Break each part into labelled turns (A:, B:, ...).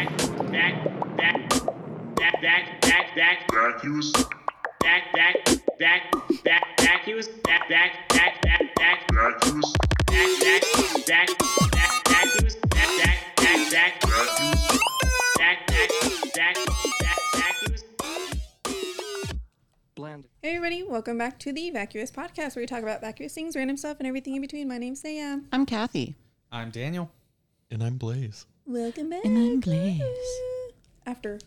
A: that that that that that that
B: vacuous,
A: that that that that vacuous that that that that that
B: vacuous,
A: that that that that vacuous that that that that
B: vacuous.
A: that that that that vacuous
C: Bland.
D: Hey everybody, welcome back to the Vacuous Podcast where we talk about vacuous things, random stuff, and everything in between. My name's Sam.
E: I'm Kathy.
F: I'm Daniel.
G: And I'm Blaze.
D: Welcome back.
E: And I'm Blaze.
D: After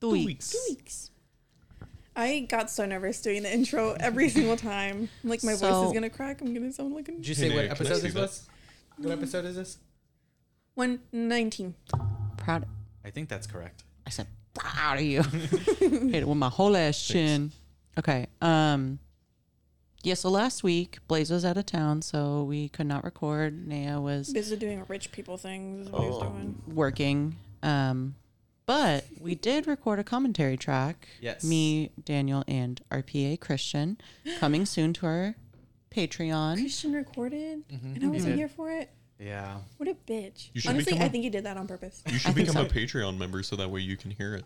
E: The
F: weeks.
E: weeks.
D: weeks. I got so nervous doing the intro every single time. I'm like my voice
E: So-
D: is gonna crack. I'm gonna sound like
F: Did
D: a
F: you say
G: Hey,
F: what
G: Nick,
F: episode
G: let's do
F: this
G: that.
F: was? What episode is this?
D: one nineteen.
E: Proud.
F: I think that's correct.
E: I said proud of you. Hit it with my whole ass chin. Okay. Um. Yeah. So last week Blaze was out of town, so we could not record. Naya was
D: Busy doing rich people things. Is what he
G: Oh.
D: was doing.
E: working. Um. But we did record a commentary track.
F: Yes.
E: Me, Daniel, and RPA Christian, coming soon to our Patreon.
D: Christian recorded, and I wasn't
F: did.
D: here for it.
F: Yeah.
D: What a bitch!
G: Mm-hmm. You should
D: Honestly,
G: become
D: I
G: a-
D: think he did that on purpose.
G: You should
E: think
G: become a
E: so.
G: Patreon member so that way you can hear it.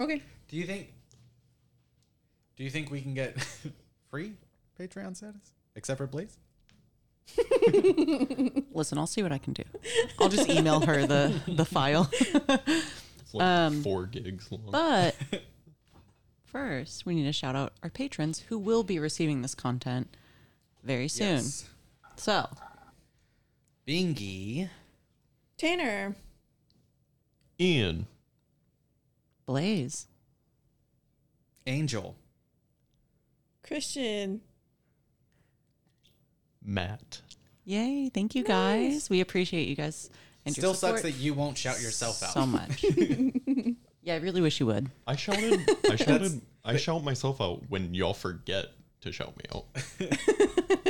D: Okay,
F: Do you think? Do you think we can get free Patreon status except for Blaze?
E: Listen, I'll see what I can do. I'll just email her the the file.
G: It's like four gigs long.
E: Um, But first, we need to shout out our patrons who will be receiving this content very soon. So,
F: Bingy.
D: Tanner.
G: Ian,
E: Blaze,
F: Angel.
D: Christian,
G: Matt,
E: yay! Thank you guys. We appreciate you guys. And
F: Still
E: your
F: sucks
E: support
F: that you won't shout yourself out.
E: so much. yeah, I really wish you would.
G: I shouted. I shouted. I shout myself out when y'all forget to shout me out.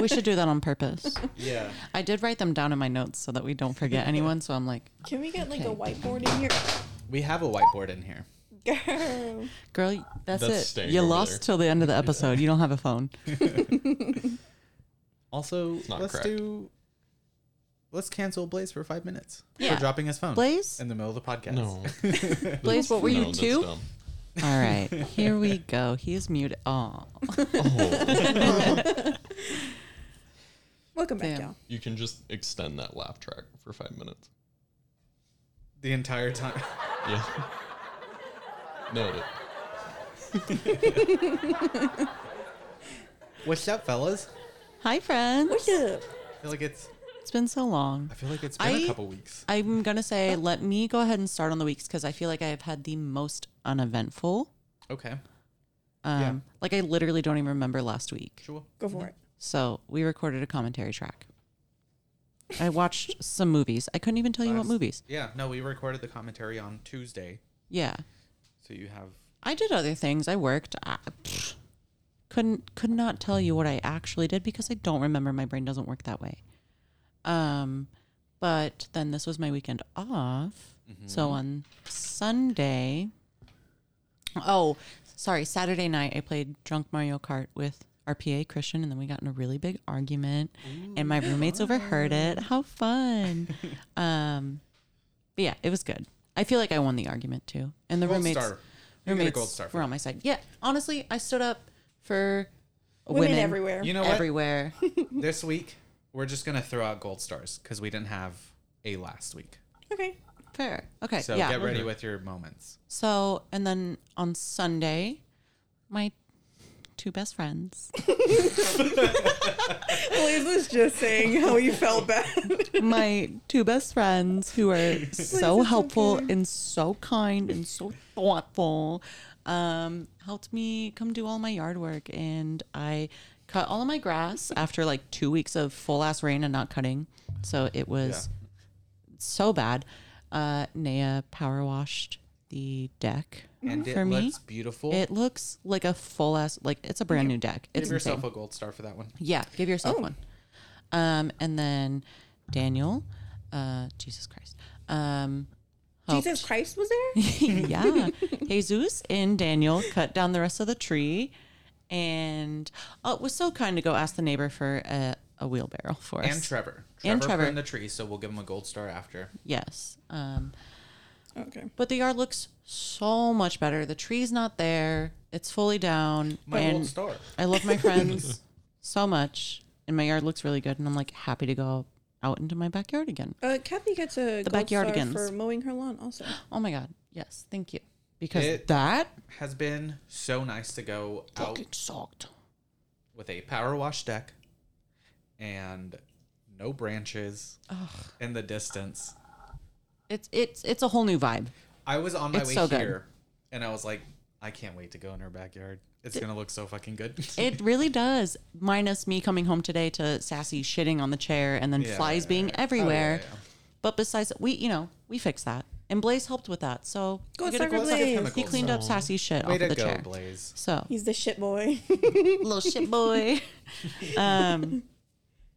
E: We should do that on purpose.
F: Yeah.
E: I did write them down in my notes so that we don't forget anyone. So I'm like,
D: can we get like a whiteboard in here?
F: We have a whiteboard in here.
E: girl,
D: Girl.
E: that's,
G: That's
E: it.
G: staying
E: You
G: over
E: lost
G: there.
E: till the end of the episode. You don't have a phone.
F: Also,
G: not
F: let's
G: correct.
F: do. Let's cancel Blaze for five minutes
E: Yeah.
F: for dropping his phone
E: Blaze?
F: in the middle of the podcast.
G: No,
E: Blaze, what were
G: no,
E: you
G: that's
E: two?
G: dumb.
E: All right, here we go. He is muted. Oh,
G: Oh,
D: Welcome back,
E: Damn.
D: y'all.
G: you can just extend that laugh track for five minutes.
F: The entire time.
G: Yeah. No, it-
F: What's up, fellas?
E: hi friends.
D: What's up?
F: I feel like it's.
E: It's been so long.
F: I feel like it's been a
E: I-
F: couple weeks.
E: I'm going to say, let me go ahead and start on the weeks because I feel like I have had the most uneventful.
F: Okay.
E: Um,
F: Yeah.
E: Like, I literally don't even remember last week.
F: Sure.
D: Go for it.
E: So, we recorded a commentary track. I watched some movies. I couldn't even tell you what
F: Last-
E: movies.
F: Yeah, no, we recorded the commentary on Tuesday,
E: Yeah.
F: so you have
E: I did other things. I worked. I, pfft, couldn't could not tell you what I actually did because I don't remember. My brain doesn't work that way. Um, but then this was my weekend off. So on Sunday, oh, sorry, Saturday night I played drunk Mario Kart with our PA Christian, and then we got in a really big argument, and my roommates overheard it. How fun! um, but yeah, it was good. I feel like I won the argument too, and the
F: Gold
E: roommates
F: star. You get a
E: roommates
F: gold star for
E: were
F: that.
E: on my side. Yeah, honestly, I stood up for
D: Women,
E: women,
D: everywhere.
F: You know what?
E: everywhere.
F: this week we're just gonna throw out gold stars because we didn't have a last week.
D: okay.
E: Fair. Okay.
F: So
E: Uh, yeah.
F: get ready with your moments.
E: So, and then on Sunday, my two best friends,
D: Blaze was just saying how he felt bad.
E: my two best friends who are so
D: it's
E: helpful
D: okay.
E: and so kind and so thoughtful, um, helped me come do all my yard work. And I cut all of my grass after like two weeks of full ass rain and not cutting. So it was so bad. Uh, Naya power washed the deck
F: And
E: Mm-hmm. for
F: it
E: me.
F: looks beautiful.
E: It looks like a full ass like it's a brand new deck. It's
F: Give yourself
E: insane.
F: a gold star for that one.
E: yeah, give yourself one. Um, and then Daniel, uh, Jesus Christ, um, helped-
D: Jesus Christ was there?
E: yeah, Jesus and Daniel cut down the rest of the tree, and oh, it was so kind to go ask the neighbor for a, a wheelbarrow for us.
F: And Trevor. Trevor
E: And
F: put
E: Trevor.
F: in the tree, so we'll give him a gold star after.
E: yes. Um,
D: Okay.
E: But the yard looks so much better. The tree's not there. It's fully down.
F: My
E: and
F: old star.
E: I love my friends so much. And my yard looks really good. And I'm like happy to go out into my backyard again.
D: Uh, Kathy gets a gold
E: backyard
D: star
E: agains.
D: for mowing her lawn also.
E: Oh my God. Yes. Thank you. Because
F: It-
E: that
F: Has been so nice to go out
E: fucking sucked.
F: with a power wash deck and no branches in the distance.
E: It's it's it's a whole new vibe.
F: I was on my
E: It's
F: way
E: so good.
F: here and I was like, I can't wait to go in her backyard. It's gonna look so fucking good. Oh,
E: It really does. Minus me coming home today to Sassy shitting on the chair and then
F: Yeah,
E: flies
F: yeah,
E: being
F: yeah. Oh, yeah,
E: everywhere.
F: yeah, yeah.
E: But besides, we you know we fixed that, and Blaze helped with that. So
D: Go
E: we get a
D: Cyber
E: gold star.
D: Blaze.
E: He
F: Chemicals.
E: cleaned up Sassy's shit
F: Way
E: off of the
F: to go,
E: chair.
F: Blaze.
E: So
D: He's the shit boy.
E: little shit boy. um,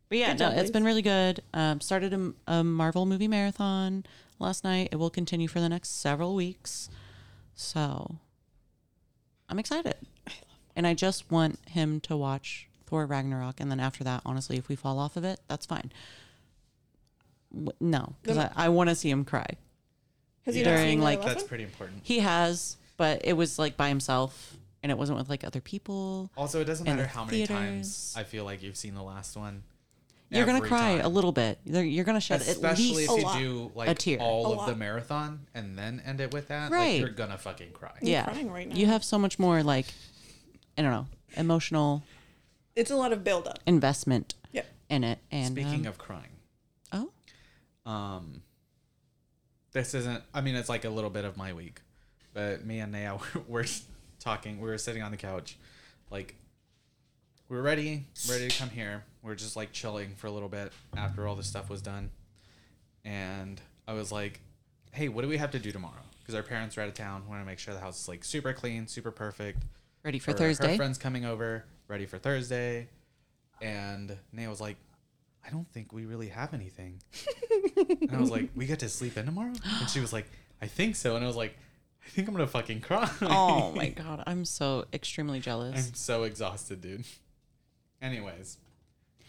E: but yeah,
D: Good
E: no,
D: job,
E: it's
D: Blaze.
E: been really good. Um, started a, a Marvel movie marathon last night. It will continue for the next several weeks. So I'm excited. And I just want him to watch Thor Ragnarok. And then after that, honestly, if we fall off of it, that's fine. W- no, because I, I want to see him cry.
D: Has he not
E: During,
D: seen the
E: like-
D: last
F: That's
D: one?
F: pretty important.
E: He has, but it was like by himself and it wasn't with like other people.
F: Also, it doesn't
E: And
F: matter
E: the
F: how many
E: theaters.
F: times I feel like you've seen the last one.
E: You're going to
F: Every
E: cry
F: time.
E: a little bit. You're- You're going to shed at
F: especially
E: least
F: if you
D: lot.
F: do like
E: A tear.
F: all
D: A
F: of the
D: lot.
F: marathon and then end it with that.
E: Right.
F: Like you're gonna fucking cry.
E: yeah.
D: crying right now.
E: You have so much more like I don't know, emotional
D: It's a lot of build up.
E: investment
D: Yep.
E: in it. And um,
F: Speaking of crying,
E: oh,
F: um, this isn't. I mean, it's like a little bit of my week, but me and Naya were, were talking. We were sitting on the couch, like we were ready, ready to come here. We are just like chilling for a little bit after all this stuff was done, and I was like, "Hey, what do we have to do tomorrow?" Because our parents are out of town. We want to make sure the house is like super clean, super perfect.
E: ready for
F: her- Her
E: Thursday?
F: friend's coming over, ready for Thursday. And Nate was like, I don't think we really have anything. and I was like, We get to sleep in tomorrow? And she was like, I think so. And I was like, I think I'm gonna fucking cry.
E: Oh my god, I'm so extremely jealous.
F: I'm so exhausted, dude. Anyways.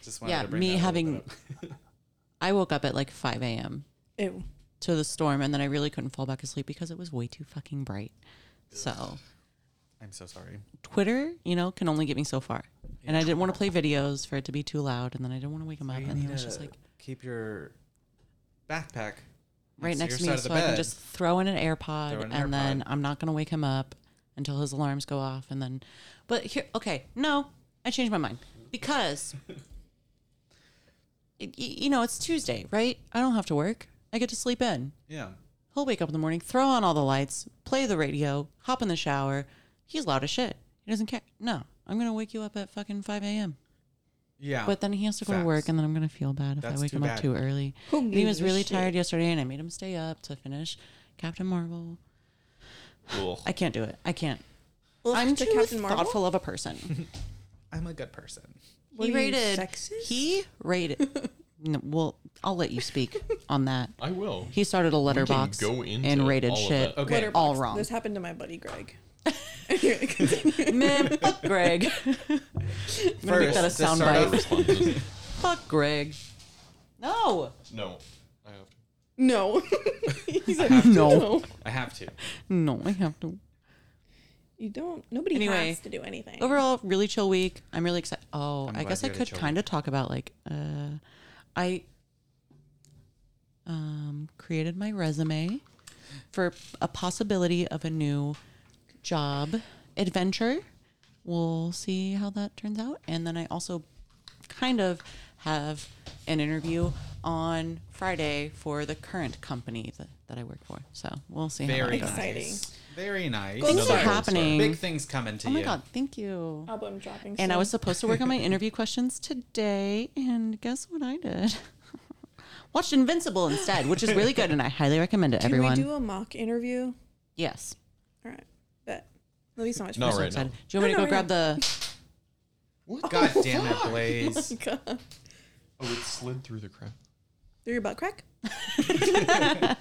F: Just wanted
E: Yeah,
F: to bring
E: me
F: that little
E: having-
F: bit up.
E: I woke up at like five AM
D: Ew.
E: to the storm and then I really couldn't fall back asleep because it was way too fucking bright. So
F: I'm so sorry.
E: Twitter, you know, can only get me so far. And I didn't want to play videos for it to be too loud and then I didn't want to wake him up
F: You
E: and
F: need
E: it was
F: to
E: just like
F: keep your backpack
E: right
F: to
E: next
F: your
E: to
F: side
E: me
F: of the
E: so I can
F: bed.
E: just throw in an AirPod
F: Throw in an
E: and then
F: AirPod.
E: I'm not going to wake him up until his alarms go off and then but here okay, no, I changed my mind because it, y- you know, it's Tuesday, right? I don't have to work. I get to sleep in.
F: Yeah.
E: He'll wake up in the morning, throw on all the lights, play the radio, hop in the shower. He's loud as shit. He doesn't care. No, I'm going to wake you up at fucking 5 a.m.
F: Yeah.
E: But then he has to go to
F: Facts.
E: work, and then I'm gonna feel bad if
F: That's
E: I wake
F: too
E: him
F: bad.
E: up too early.
D: Who
E: And he was
D: gives a
E: really
D: shit?
E: tired yesterday, and I made him stay up to finish Captain Marvel.
G: Ugh.
E: I can't do it. I can't.
D: Ugh,
E: I'm
D: to
E: too
D: Captain Marvel?
E: thoughtful of a person.
F: I'm a good person.
D: What
E: he
D: are you,
E: rated.
D: sexist?
E: He rated. no, well, I'll let you speak on that.
G: I will.
E: He started a letterbox
G: go into
E: and rated
G: all of
E: shit.
G: that.
F: Okay.
E: all wrong.
D: This happened to my buddy Greg. Anyway, continue.
E: Man, fuck Greg. gonna make that a
F: First, to start
E: soundbite.
F: off-
G: Responses.
E: fuck Greg. No.
G: no. I have to.
D: no. he said
F: have to.
D: no.
F: I have to.
E: No, I have to.
D: You don't. Nobody
E: Anyway,
D: has to do anything.
E: overall really chill week i'm really excited oh i
F: glad
E: guess i
F: you had a
E: could
F: chill
E: kind of talk about like uh i um created my resume for a possibility of a new job adventure we'll see how that turns out and then i also kind of have an interview on friday for the current company that, that i work for so we'll see how
F: Very
E: that
D: God.
E: goes.
D: Exciting.
F: nice. Very nice.
E: things
G: Another
E: are
G: gold star.
E: happening
F: Big things coming to
E: oh my
F: you.
E: god thank you
D: Album dropping.
E: and I was
D: soon.
E: supposed to work on my interview questions today, and guess what I did? Watched Invincible instead, which is really good, and I highly recommend it,
D: Can
E: everyone.
D: we do a mock interview?
E: yes.
D: All right. Bet. That'll be so much
G: Not
D: fun.
E: So
G: right now.
E: excited. Do you want me to go
D: No, no,
E: grab the.
G: What?
F: God damn it, Blaze.
D: God.
G: Oh, it slid through the crack.
D: Through your butt crack?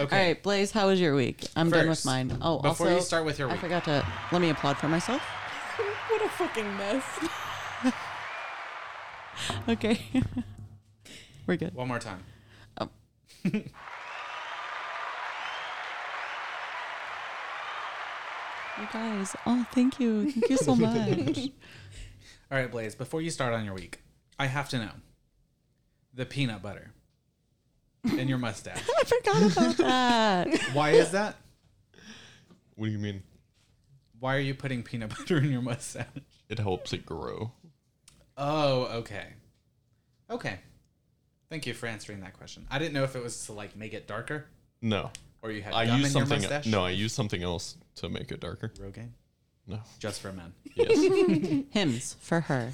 F: Okay.
E: All right, Blaze, how was your week? I'm done with
F: First,
E: mine. Oh,
F: before
E: also,
F: you start with your
E: I
F: week.
E: forgot to. Let me applaud for myself.
D: what a fucking mess.
E: Okay. We're good.
F: One more time.
E: You guys, oh, thank you. Thank you so much.
F: All right, Blaze, before you start on your week, I have to know the peanut butter in your mustache.
E: I forgot about that.
F: Why is that?
G: What do you mean?
F: Why are you putting peanut butter in your mustache?
G: It helps it grow.
F: Oh, okay. Okay. Thank you for answering that question. I didn't know if it was to like make it darker
G: No, or
F: or you had
G: I
F: gum
G: use
F: in your
G: something. e-,
F: mustache.
G: No, I use something else to make it darker.
F: Rogaine?
G: No.
F: Just for men.
G: Yes.
E: Hymns for her.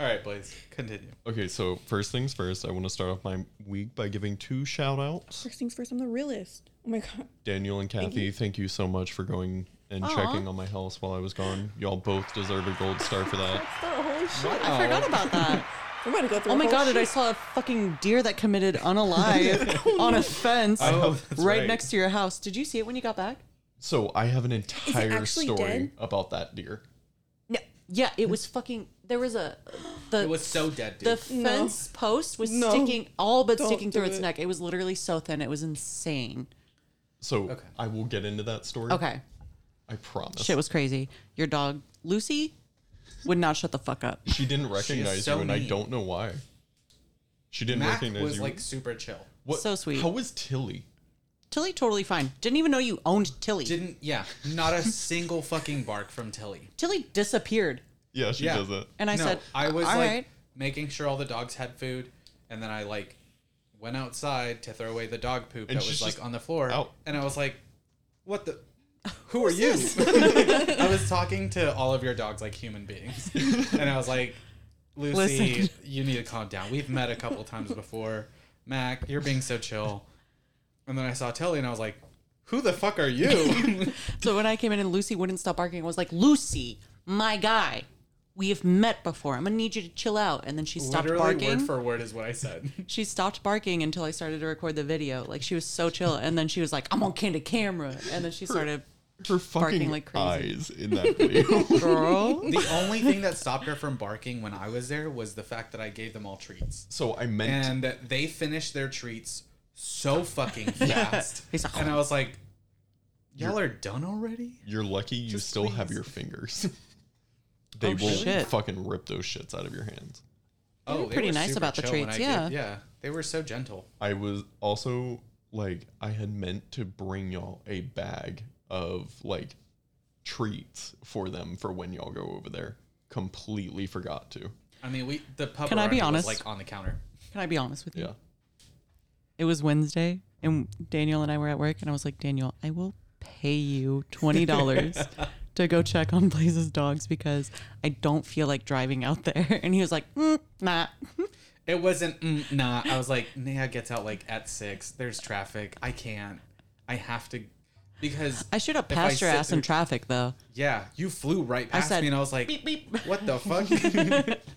F: All right, Blaze, continue.
G: okay, so first things first, I want to start off my week by giving two shout outs.
D: First things first, I'm the realist. Oh my god.
G: Daniel and Kathy, thank you, so much for going and checking on my house while I was gone. Y'all both deserve a gold star for that.
D: Oh, holy shit.
E: I forgot about that.
D: We're about to go through
E: Oh
D: a
E: my
D: whole
E: god, and I
D: sheet.
E: saw a fucking deer that committed unalive on a fence
F: Oh, that's
E: right,
F: right.
E: next to your house. Did you see it when you got back?
G: So I have an entire
D: actually
G: story
D: dead?
G: about that deer.
E: No. Yeah, it was fucking there was a the
F: It was so dead, dude.
E: the fence post was
D: No.
E: sticking all but
D: Don't
E: sticking through
D: do
E: its
D: it.
E: neck. It was literally so thin. It was insane.
G: So
F: Okay.
G: I will get into that story.
E: Okay.
G: I promise.
E: Shit was crazy. Your dog, Lucy, would not shut the fuck up.
G: she didn't recognize you,
F: so
G: and I
F: mean.
G: don't know why. She didn't
F: Mac
G: recognize
F: was
G: you.
F: like super chill.
G: what?
E: so sweet.
G: How was Tilly?
E: Tilly totally fine. Didn't even know you owned Tilly.
F: Didn't yeah, not a single fucking bark from Tilly.
E: Tilly disappeared.
G: Yeah, she
F: Yeah.
G: does it.
E: And I
F: no,
E: said,
F: I was
E: "All
F: like
E: right."
F: making sure all the dogs had food, and then I like went outside to throw away the dog poop
G: And
F: that
G: she's
F: was
G: just
F: like on the floor,
G: out.
F: and I was like, "What the? Who are you?" I was talking to all of your dogs like human beings, and I was like, "Lucy,
E: Listen.
F: you need to calm down. We've met a couple times before. Mac, you're being so chill." And then I saw Tilly, and I was like, "Who the fuck are you?"
E: So when I came in and Lucy wouldn't stop barking, I was like, Lucy, my guy, we have met before. I'm gonna need you to chill out. And then she stopped
F: Literally,
E: barking.
F: word for word is what I said.
E: she stopped barking until I started to record the video. Like she was so chill. And then she was like, I'm on candid camera. And then she started
G: Her fucking
E: like crazy.
G: eyes in that video.
E: Girl.
F: The only thing that stopped her from barking when I was there was the fact that I gave them all treats.
G: so I meant
F: And they finished their treats so fucking fast.
E: He's like,
F: and I was like, y'all are done already?
G: you're lucky you still have
F: please.
G: your fingers. they
E: Oh,
G: will
E: shit.
G: fucking rip those shits out of your hands.
F: Oh,
E: pretty nice
F: super
E: about the
F: chill when
E: treats,
F: I gave-
E: yeah.
F: yeah. They were so gentle.
G: I was also like I had meant to bring y'all a bag of like treats for them for when y'all go over there. Completely forgot to.
F: I mean, we the pub
E: Can I be
F: around
E: honest?
F: was like on the counter.
E: Can I be honest with you?
G: Yeah.
E: It was Wednesday and Daniel and I were at work and I was like, Daniel, I will pay you twenty dollars to go check on Blaze's dogs because I don't feel like driving out there. And he was like, mm, nah.
F: It wasn't, mm, nah. I was like, Naya gets out like at six. There's traffic. I can't. I have to. Because,
E: I should have
F: If I
E: passed your
F: sit
E: ass in
F: there-
E: traffic though.
F: yeah, you flew right past
E: said,
F: me and I was like,
E: beep, beep.
F: what the fuck?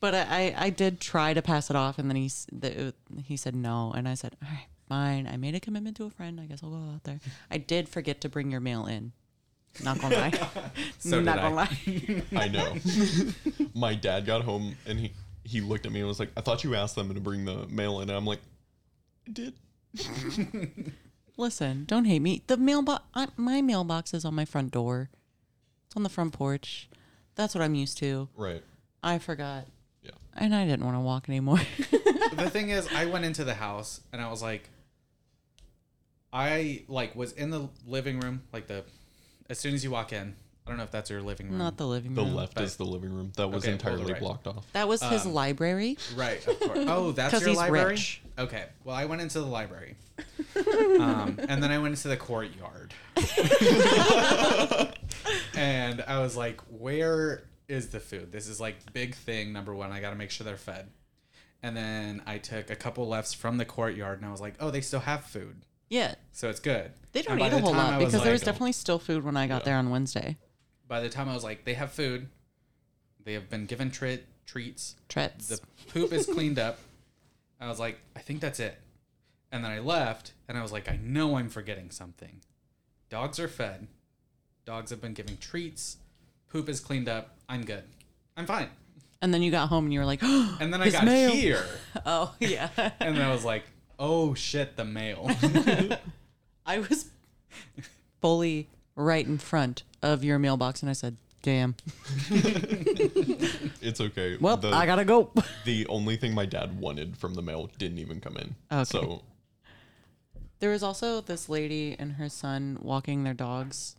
E: But I, I, I did try to pass it off, and then he s- the, he said no, and I said, all right, fine. I made a commitment to a friend. I guess I'll go out there. I did forget to bring your mail in. Not gonna lie.
F: So did
E: Not
F: I.
E: gonna lie.
G: I know. My dad got home and he he looked at me and was like, "I thought you asked them to bring the mail in." And I'm like, "I did."
E: Listen, don't hate me. The mailbox, my mailbox is on my front door. It's on the front porch. That's what I'm used to.
G: Right.
E: I forgot,
G: Yeah.
E: and I didn't want to walk anymore.
F: the thing is, I went into the house and I was like, I like was in the living room, like the, as soon as you walk in, I don't know if that's your living room.
E: Not the living
G: The
E: room.
G: left is the living room. That was
F: Okay, well, the
G: entirely
F: right.
G: blocked off.
E: That was his
F: Um,
E: library.
F: right. Of course. Oh, that's
E: 'Cause
F: your
E: he's
F: library.
E: rich.
F: Okay. Well, I went into the library, um, and then I went into the courtyard, and I was like, where is the food? This is like big thing number one. I got to make sure they're fed. And then I took a couple lefts from the courtyard, and I was like, "Oh, they still have food."
E: Yeah,
F: so it's good.
E: they don't
F: And by
E: eat a
F: the
E: whole
F: time I
E: lot because there was
F: like-
E: definitely still food when I got there on Wednesday.
F: By the time I was like, they have food, they have been given tre- treats,
E: Trets.
F: the poop is cleaned up. I was like, I think that's it. And then I left, and I was like, I know I'm forgetting something. Dogs are fed, dogs have been given treats, poop is cleaned up. I'm good. I'm fine.
E: And then you got home and you were like, oh,
F: And then I
E: His
F: got
E: mail. Oh,
F: here,
E: yeah.
F: and I was like, oh shit, the mail.
E: I was fully right in front of your mailbox, and I said, "Damn,
G: It's okay.
E: well,
G: the,
E: I gotta go."
G: the only thing my dad wanted from the mail didn't even come in.
E: Okay.
G: So
E: There was also this lady and her son walking their dogs.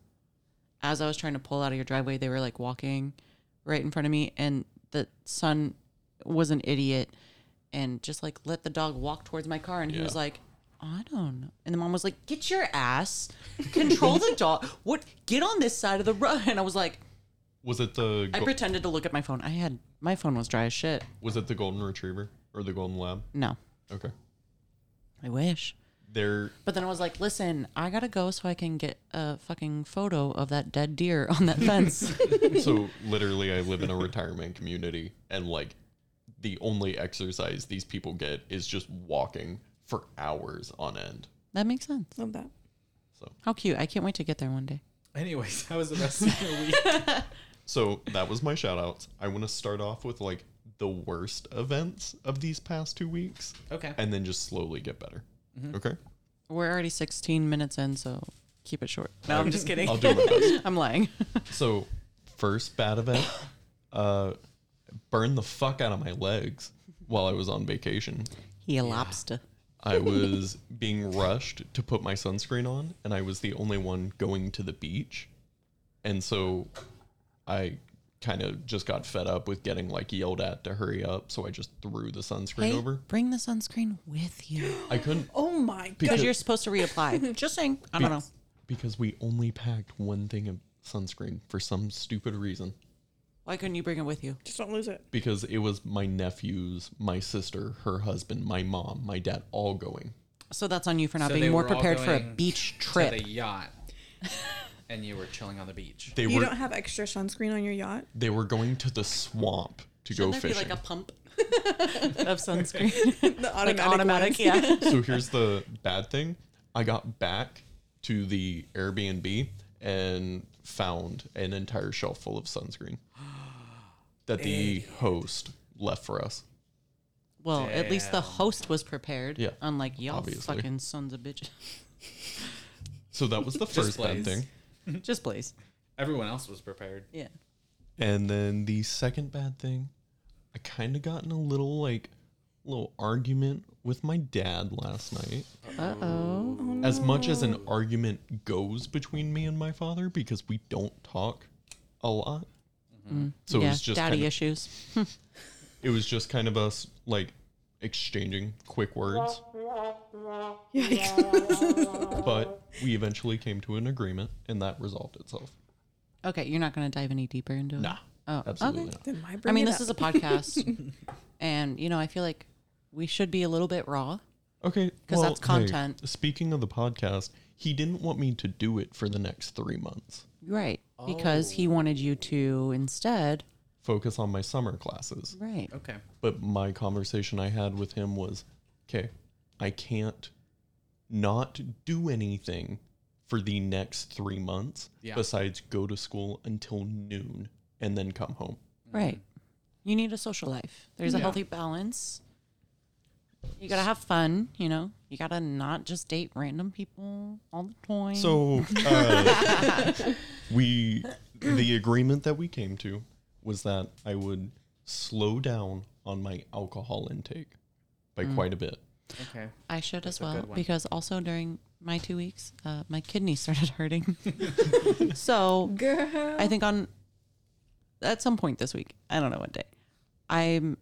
E: As I was trying to pull out of your driveway, they were like walking right in front of me, and the son was an idiot and just like let the dog walk towards my car, and he was
G: Yeah.
E: like, "I don't." know. And the mom was like, "Get your ass, control the dog. What? Get on this side of the road." And I was like,
G: was it the
E: I
G: go-
E: pretended to look at my phone. I had my phone was dry as shit.
G: was it the golden retriever or the golden lab?
E: No,
G: Okay.
E: I wish.
G: There
E: But then I was like, listen, I gotta go so I can get a fucking photo of that dead deer on that fence.
G: so literally I live in a retirement community and like the only exercise these people get is just walking for hours on end.
E: that makes sense.
D: Love that.
E: How cute. I can't wait to get there one day.
F: Anyways, that was the rest of your week.
G: So that was my shout outs. I want to start off with like the worst events of these past two weeks
F: Okay.
G: and then just slowly get better.
E: Mm-hmm.
G: Okay.
E: We're already 16 minutes in, so keep it short. No, I'm just kidding.
G: I'll do my best.
E: I'm lying.
G: So, first bad event, uh, burned the fuck out of my legs while I was on vacation.
E: he a lobster.
G: I was being rushed to put my sunscreen on, and I was the only one going to the beach. And so I kind of just got fed up with getting like yelled at to hurry up. So I just threw the
E: Hey,
G: sunscreen over.
E: bring the sunscreen with you.
G: I couldn't
D: Oh my god.
E: Because you're supposed to reapply. just saying. I don't know.
G: because we only packed one thing of sunscreen for some stupid reason.
E: Why couldn't you bring it with you?
D: Just don't lose it.
G: because it was my nephews, my sister, her husband, my mom, my dad, all going.
E: So that's on you for not
F: So they
E: being more
F: were all
E: prepared for a
F: going
E: beach
F: To
E: trip.
F: the yacht. And you were chilling on the beach.
G: They
D: You
G: were
D: don't have extra sunscreen on your yacht?
G: they were going to the swamp to
E: Shouldn't
G: go
E: there
G: fishing.
E: be like a pump of sunscreen?
D: The
E: like
D: automatic.
E: automatic,
D: ones.
E: yeah.
G: so here's the bad thing: I got back to the Airbnb and found an entire shelf full of sunscreen that the host left for us.
E: Well, at least the
F: Damn.
E: host was prepared.
G: Yeah,
E: Unlike y'all
G: obviously.
E: fucking sons of bitches.
G: So that was the first bad
F: blaze.
G: thing.
E: Just please.
F: Everyone else was prepared.
E: Yeah.
G: And then the second bad thing, I kind of got in a little like little argument with my dad last night.
E: Uh oh.
G: As much as an argument goes between me and my father because we don't talk a lot. So it
E: Mm-hmm. yeah.
G: was just
E: daddy
G: kind of,
E: issues.
G: it was just kind of us like exchanging quick words,
D: Yikes.
G: but we eventually came to an agreement and that resolved itself.
E: Okay, you're not gonna dive any deeper into it.
G: Nah.
E: Oh,
G: Absolutely
E: okay.
G: not.
D: Then why
E: I
D: bring
E: mean,
D: it
E: this
D: up?
E: is a podcast, and you know, I feel like we should be a little bit raw.
G: Okay,
E: 'Cause
G: well,
E: that's
G: hey,
E: content.
G: speaking of the podcast, he didn't want me to do it for the next 3 months.
E: Right. Because he wanted you to instead.
G: focus on my summer classes.
E: Right.
F: Okay.
G: But my conversation I had with him was, okay, I can't not do anything for the next three months
F: Yeah.
G: besides go to school until noon and then come home.
E: Right. You need a social life. There's a healthy balance. You gotta have fun, you know. You gotta not just date random people all the time.
G: So uh, we, the agreement that we came to was that I would slow down on my alcohol intake by quite a bit.
F: Okay.
E: I should as
F: a
E: well
F: good one.
E: because also during my two weeks, uh, my kidney started hurting. so
D: Girl.
E: I think on at some point this week, I don't know what day, I'm,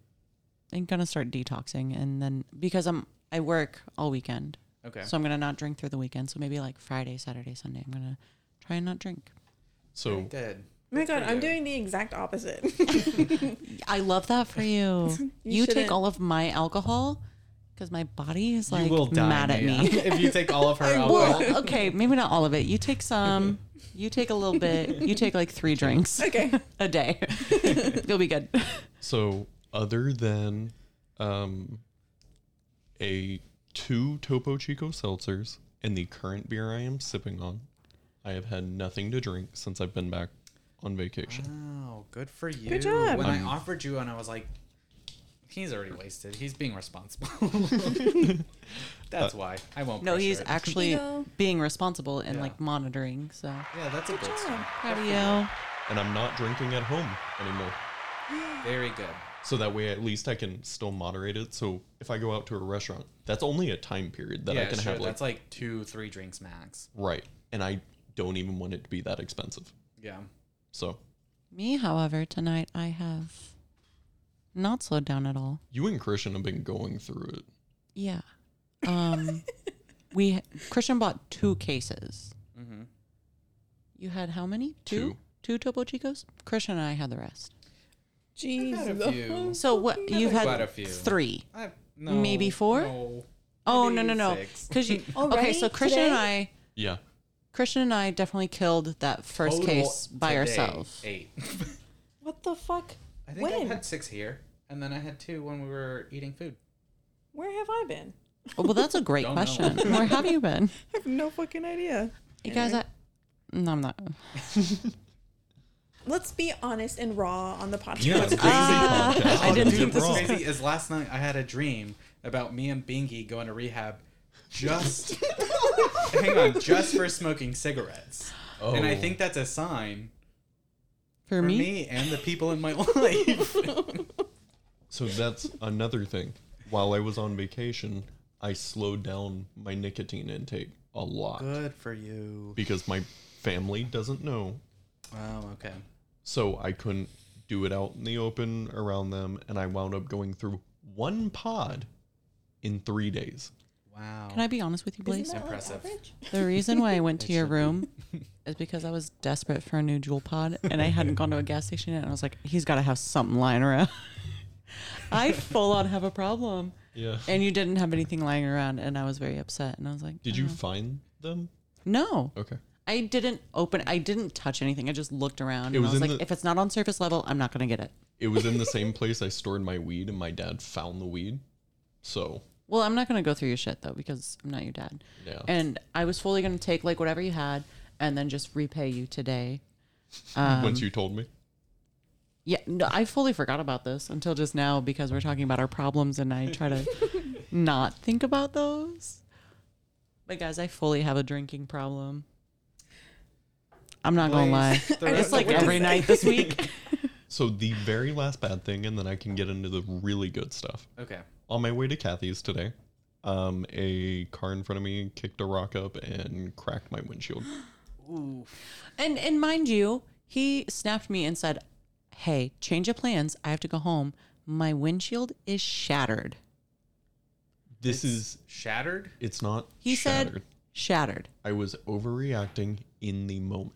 E: I'm gonna start detoxing and then because I'm I work all weekend,
F: Okay.
E: so I'm gonna not drink through the weekend. So maybe like Friday, Saturday, Sunday, I'm gonna try and not drink.
G: So
F: Good.
D: Oh my
F: Good
D: god,
F: for
D: I'm
F: you.
D: doing the exact opposite.
E: I love that for you. you take
D: shouldn't.
E: all of my alcohol because my body is like
F: you will die
E: mad at
F: Maya,
E: me.
F: if you take all of her alcohol.
E: Well, okay, maybe not all of it. You take some. You take a little bit. You take like three drinks
D: okay.
E: a day. You'll be good.
G: So, other than um, a two Topo Chico seltzers and the current beer I am sipping on, I have had nothing to drink since I've been back on vacation.
F: Oh, good for you.
D: job.
F: When I offered you and I was like, He's already wasted. He's being responsible. that's why I won't.
E: No,
F: pressure
E: he's
F: it.
E: actually
D: Ego.
E: being responsible and
F: Yeah.
E: like monitoring. So,
F: Yeah, that's a good.
D: job.
F: Sign.
E: proud of you.
G: and I'm not drinking at home anymore.
F: Very good.
G: So that way, at least I can still moderate it. So if I go out to a restaurant, that's only a time period that
F: yeah,
G: I can
F: sure.
G: have like,
F: that's like two, three drinks max.
G: right, and I don't even want it to be that expensive.
F: Yeah.
G: So
E: Me, however, tonight I have not slowed down at all.
G: you and Christian have been going through it.
E: Yeah. Um, we Christian bought two cases.
F: Mm-hmm.
E: You had how many? Two. Two Topo Chicos. Christian and I had the rest.
F: I've had a few.
D: Jesus.
E: So what you've
F: think
E: had
F: quite a few.
E: three.
F: I, no,
E: Maybe four?
F: No.
E: Oh no
F: Maybe
E: no no!
F: six.
E: Because you okay?
D: Already?
E: So Christian and I,
G: Yeah,
E: Christian and I definitely killed that first
F: Total
E: case by
F: today,
E: ourselves.
F: Eight.
D: What the fuck?
F: I think I
D: When?
F: had six here, and then I had two when we were eating food.
D: Where have I been?
E: Oh, well, that's a great
F: Don't know.
E: question. Where have you been?
D: I have no fucking idea.
E: You guys, I, no, I'm not.
D: Let's be honest and raw on the podcast.
G: you know, it's crazy
E: Ah,
G: podcast.
E: I didn't
G: Oh, Dude,
E: think this
G: wrong.
E: was
F: What's crazy is last night I had a dream about me and Bingy going to rehab just hang on, just for smoking cigarettes. And I
G: Oh.
F: think that's a sign
E: For,
F: for
E: me,
F: me, and the people in my life.
G: So that's another thing. While I was on vacation, I slowed down my nicotine intake a lot
F: Good for you.
G: because my family doesn't know.
F: Oh, okay.
G: So I couldn't do it out in the open around them. And I wound up going through one pod in three days.
F: Wow.
E: can I be honest with you,
D: Isn't
E: Blaze?
D: that, like,
F: Impressive.
D: average?
E: The reason why I went to your room is because I was desperate for a new jewel pod and I hadn't gone to a gas station yet. And I was like, he's got to have something lying around. I full on have a problem.
G: Yeah.
E: And you didn't have anything lying around. And I was very upset. And I was like, "Uh-huh."
G: Did you find them?
E: no,
G: Okay.
E: I didn't open, I didn't touch anything. I just looked around
G: It
E: and I
G: was
E: was
G: in
E: like,
G: the-
E: if it's not on surface level, I'm not going to get it.
G: It was in the same place I stored my weed, and my dad found the weed. So,
E: Well, I'm not going to go through your shit though, because I'm not your dad.
G: Yeah.
E: And I was fully going to take like whatever you had and then just repay you today Um,
G: once you told me,
E: Yeah, no, I fully forgot about this until just now because we're talking about our problems and I try to not think about those. But guys, I fully have a drinking problem. I'm not gonna lie.
F: Blaze, the
E: It's
F: rest
E: like
F: of
E: every night this week.
G: So the very last bad thing, and then I can get into the really good stuff.
F: Okay.
G: On my way to Kathy's today, um, a car in front of me kicked a rock up and cracked my windshield.
E: And and mind you, he snapped me and said, Hey, change of plans. I have to go home. My windshield is shattered.
G: This is
F: Shattered?
G: it's not
E: He
G: shattered.
E: said shattered.
G: I was overreacting in the moment.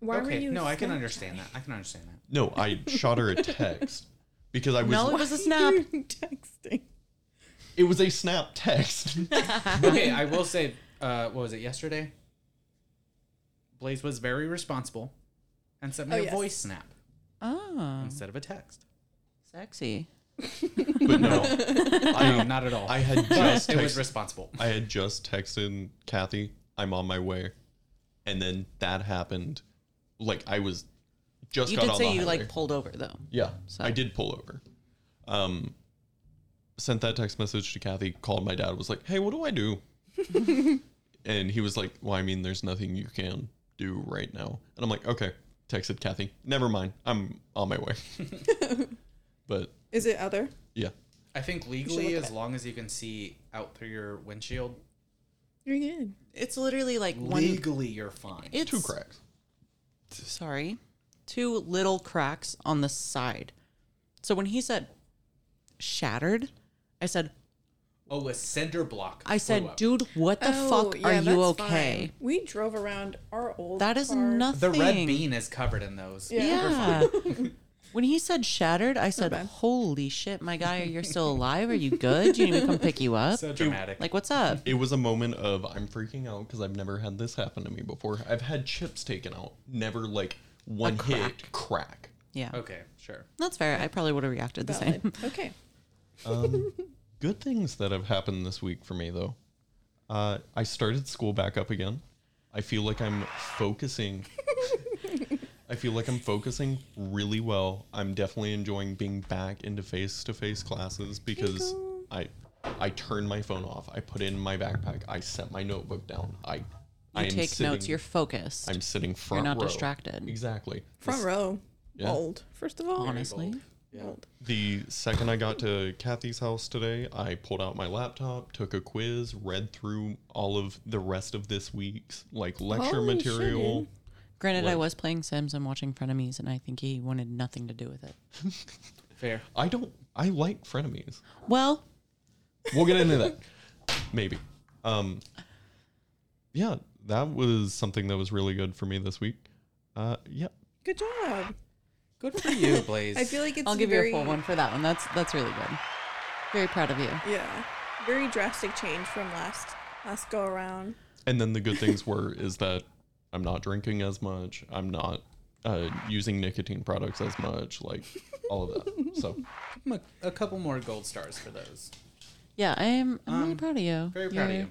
D: Why were
F: okay.
D: you?
F: No, I can
D: snapped?
F: understand that. I can understand that.
G: No, I shot her a text because I was
E: No, it was a snap.
D: texting.
G: it was a snap text.
F: okay, I will say, uh, what was it yesterday? Blaze was very responsible and sent me
D: Oh,
F: a
D: yes.
F: voice snap
E: Oh,
F: instead of a text.
E: sexy.
G: but no,
F: No,
G: I
F: not at all.
G: I had just
F: it was
G: text,
F: responsible.
G: I had just texted Kathy, I'm on my way, and then that happened. Like I was just
E: You
G: got
E: did
G: on
E: say
G: the
E: you
G: highway.
E: like pulled over though.
G: Yeah,
E: So-
G: I did pull over. Um, sent that text message to Kathy. Called my dad. Was like, "Hey, what do I do?" and he was like, "Well, I mean, there's nothing you can do right now." And I'm like, "Okay." Texted Kathy. Never mind. I'm on my way. but
D: Is it other?
G: yeah,
F: I think
D: look
F: legally,
D: at
F: as long as you can see out through your windshield,
D: You're good.
E: It's literally like one.
F: legally you're fine.
E: It's
G: two cracks.
E: Sorry, two little cracks on the side. So when he said shattered, I said,
F: oh, a cinder block.
E: I
F: blew
E: said,
F: up.
E: dude, what the fuck
D: Oh, yeah,
E: are you
D: that's
E: okay?
D: fine. We drove around our old.
E: That is
D: car.
E: nothing.
F: The red bean is covered in those.
D: Yeah.
E: Yeah. when he said shattered, I said,
D: bad.
E: holy shit, my guy, you're still alive? Are you good? Do you need me to come pick you up?
F: So dramatic.
E: like, what's up?
G: It was a moment of I'm freaking out because I've never had this happen to me before. I've had chips taken out, never like one hit crack.
E: Yeah.
F: okay, sure.
E: That's fair. I probably would have reacted the
D: Valid.
E: same.
D: Okay.
G: Good things that have happened this week for me, though. Uh, I started school back up again. I feel like I'm focusing. I feel like I'm focusing really well. I'm definitely enjoying being back into face-to-face classes because I I turn my phone off. I put it in my backpack. I set my notebook down. I I
E: You
G: am
E: take notes.
G: sitting-
E: You're focused.
G: I'm sitting front
E: not
G: row.
E: distracted.
G: Exactly.
D: Front row.
G: Yeah.
D: Old, first of all.
E: honestly.
D: Old.
G: The second I got to Kathy's house today, I pulled out my laptop, took a quiz, read through all of the rest of this week's like lecture
D: Holy shit,
G: material.
D: dude.
E: Granted, I
G: What?
E: was playing Sims and watching Frenemies, and I think he wanted nothing to do with it.
F: Fair.
G: I don't. I like frenemies.
E: Well,
G: We'll get into that. Maybe. Um. Yeah, that was something that was really good for me this week. Uh, yeah.
D: Good job.
F: Good for you, Blaze.
D: I feel like it's
E: I'll give
D: very,
E: you a full one for that one. That's that's really good. Very proud of you.
D: Yeah. Very drastic change from last last go around.
G: And then the good things were is that I'm not drinking as much. I'm not uh, using nicotine products as much. Like all of that. So
F: I'm a, a couple more gold stars for those.
E: Yeah, I'm, I'm really proud of you.
F: Very proud of
E: Your-
F: you.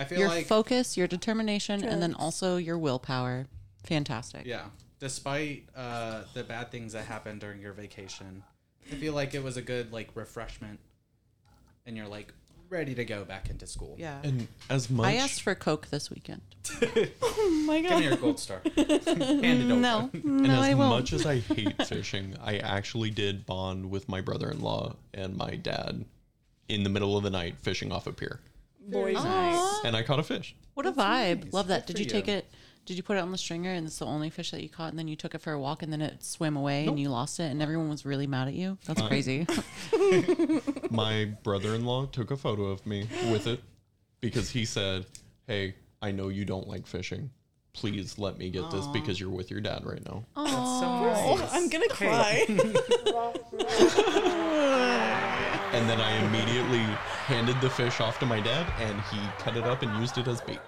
F: I feel
E: Your
F: like
E: focus, your determination, and then also your willpower. Fantastic.
F: yeah. Despite uh, the bad things that happened during your vacation, I feel like it was a good like refreshment, and you're like ready to go back into school.
E: Yeah.
G: and as much.
E: I asked for Coke this weekend.
F: Give me your gold star. Hand it over.
E: No,
G: And
E: no,
G: as
E: I won't.
G: much as I hate fishing, I actually did bond with my brother in law and my dad in the middle of the night fishing off a pier.
D: Boys.
E: Aw,
G: And I caught a fish.
E: what a vibe!
F: nice.
E: Love that.
F: Good
E: Did
F: for
E: you take
F: you.
E: it? Did you put it on the stringer, and it's the only fish that you caught, and then you took it for a walk, and then it swam away, and you lost it, and everyone was really mad at you? That's crazy.
G: My brother in law took a photo of me with it because he said, Hey, I know you don't like fishing. Please let me get this because you're with your dad right now.
F: That's so
D: Oh,
F: nice.
D: I'm gonna cry.
G: And then I immediately handed the fish off to my dad and he cut it up and used it as bait.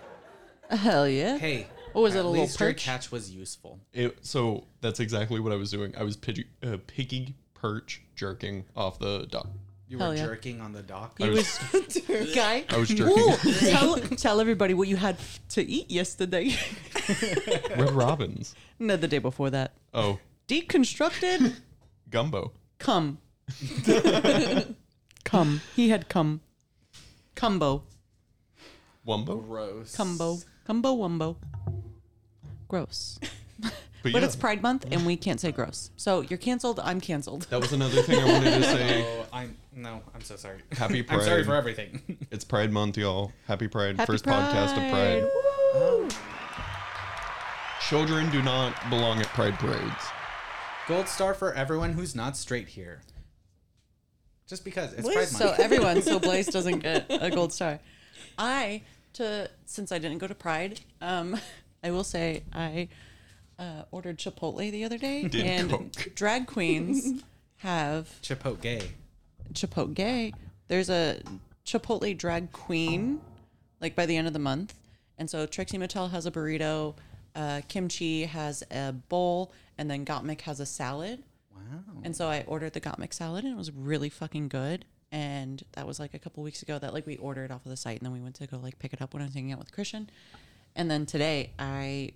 E: Hell yeah!
F: Hey.
E: Oh, is it
F: at
E: a little
F: least your
E: perch?
F: catch was useful.
G: It, so that's exactly what I was doing. I was pidgey, uh, piggy perch jerking off the dock.
F: You
E: Hell
F: were
E: yeah.
F: jerking on the dock.
E: He was guy.
G: I was jerking
E: tell tell everybody what you had f- to eat yesterday.
G: Red Robins.
E: no, the day before that.
G: Oh,
E: Deconstructed.
G: gumbo.
E: Come. come. He had come. Cumbo.
G: Wumbo.
F: Gross.
E: Cumbo. Cumbo wumbo. Gross.
G: But,
E: But
G: yeah,
E: it's Pride Month and we can't say gross. So you're canceled, I'm canceled.
G: that was another thing I wanted to say.
F: Oh, I'm no. I'm so sorry.
G: Happy
F: I'm sorry
G: Pride.
F: for everything.
G: It's Pride Month, y'all. Happy Pride.
E: Happy
G: First podcast of
E: Pride.
G: Pride. Children do not belong at Pride parades.
F: Gold star for everyone who's not straight here. Just because it's
D: What?
F: Pride Month.
E: So everyone, so Blaze doesn't get a gold star. I to since I didn't go to Pride, um, I will say I uh, ordered Chipotle the other day,
G: Did
E: and
G: Coke.
E: drag queens have
F: Chipotle.
E: Chipotle. There's a Chipotle drag queen, like by the end of the month. And so Trixie Mattel has a burrito, uh, Kimchi has a bowl, and then Gottmik has a salad.
F: Wow.
E: And so I ordered the Gottmik salad, and it was really fucking good. And that was like a couple weeks ago that like we ordered off of the site, and then we went to go like pick it up when I was hanging out with Christian. And then today I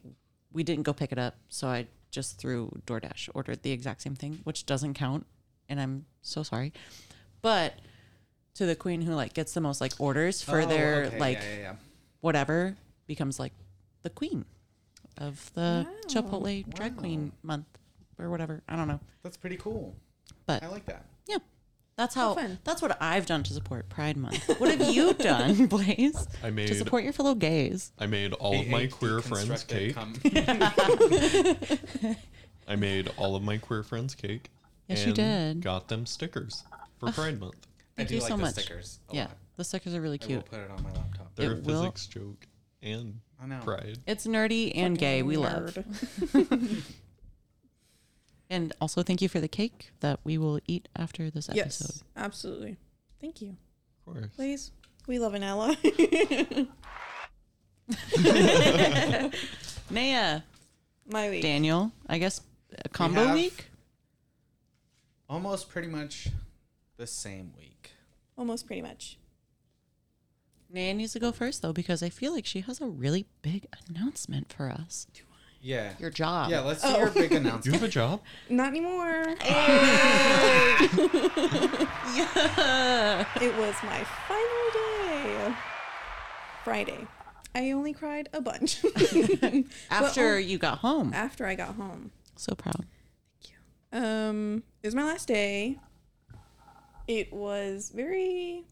E: we didn't go pick it up, so I just through DoorDash ordered the exact same thing, which doesn't count, and I'm so sorry. But to the queen who like gets the most like orders for
F: Oh,
E: their
F: okay,
E: like
F: yeah, yeah, yeah.
E: whatever becomes like the queen of the Chipotle drag queen month or whatever. I don't know.
F: That's pretty cool.
E: But-
F: I like that.
E: Yeah. That's how,
D: fun.
E: that's what I've done to support Pride Month. What have you done, Blaze?
G: I made
E: to support your fellow gays.
G: I made all of my
F: Ate
G: queer friends
F: deconstructed
G: cake.
F: cum.
G: I made all of my queer friends cake.
E: Yes, you
G: and
E: did.
G: Got them stickers for Pride Month.
F: I
E: Thank
F: do
E: you
F: like
E: so
F: the
E: much.
F: stickers. A
E: yeah.
F: Lot.
E: The stickers are really
F: I will
E: cute.
F: put it on my laptop.
G: They're a
E: It will-
G: physics joke and
F: I know.
G: Pride.
E: It's nerdy and gay. We love.
D: Nerd.
E: And also thank you for the cake that we will eat after this episode.
D: Yes, absolutely. Thank you.
G: Of course.
D: Please. We love an ally.
E: Naya,
D: My week.
E: Daniel, I guess a combo
F: have-
E: week?
F: Almost pretty much the same week.
D: Almost pretty much.
E: Naya needs to go first though because I feel like she has a really big announcement for us.
F: Yeah.
E: Your job.
F: yeah, let's do your big
G: You
F: announcement.
G: have a job?
D: Not anymore.
E: Yeah.
D: It was my final day. Friday. I only cried a bunch
E: After you got home.
D: after I got home.
E: So proud.
D: Um, it was my last day. It was very,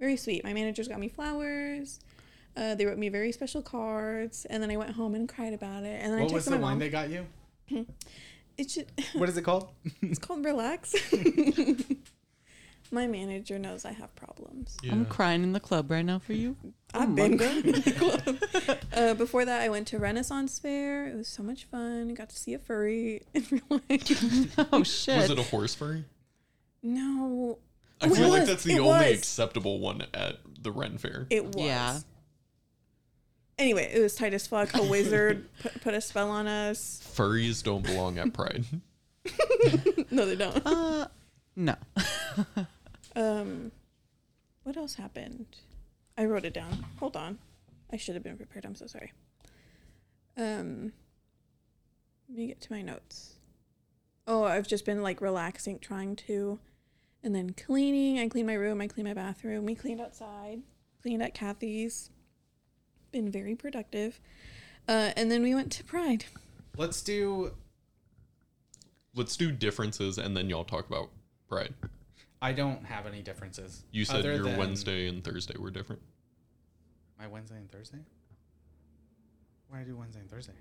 D: very sweet. My managers got me flowers. Uh, they wrote me very special cards, and then I went home and cried about it. And then
F: What
D: I
F: was
D: texted
F: the
D: my
F: wine
D: mom.
F: they got you?
D: It should,
F: What is it called?
D: it's called relax. my manager knows I have problems.
E: I'm crying in the club right now for you.
D: I've been going. uh, before that, I went to Renaissance Fair. It was so much fun. Got to see a furry in real life.
E: Oh shit.
G: Was it a horse furry?
D: no,
G: I
D: It
G: feel like
D: was,
G: that's the
D: it
G: only
D: was.
G: acceptable one at the Ren Fair.
D: it was.
E: Yeah.
D: Anyway, it was tight as fuck. A wizard put, put a spell on us.
G: Furries don't belong at Pride.
D: No, they don't.
E: Uh, no.
D: Um, what else happened? I wrote it down. Hold on. I should have been prepared. I'm so sorry. Um, let me get to my notes. Oh, I've just been like relaxing, trying to, and then cleaning. I cleaned my room. I cleaned my bathroom. We cleaned outside. Cleaned at Kathy's. Been very productive. Uh, and then we went to Pride.
F: Let's do.
G: Let's do differences and then y'all talk about Pride.
F: I don't have any differences.
G: You said
F: other
G: your
F: than
G: Wednesday and Thursday were different.
F: My Wednesday and Thursday. Why do I do Wednesday and Thursday?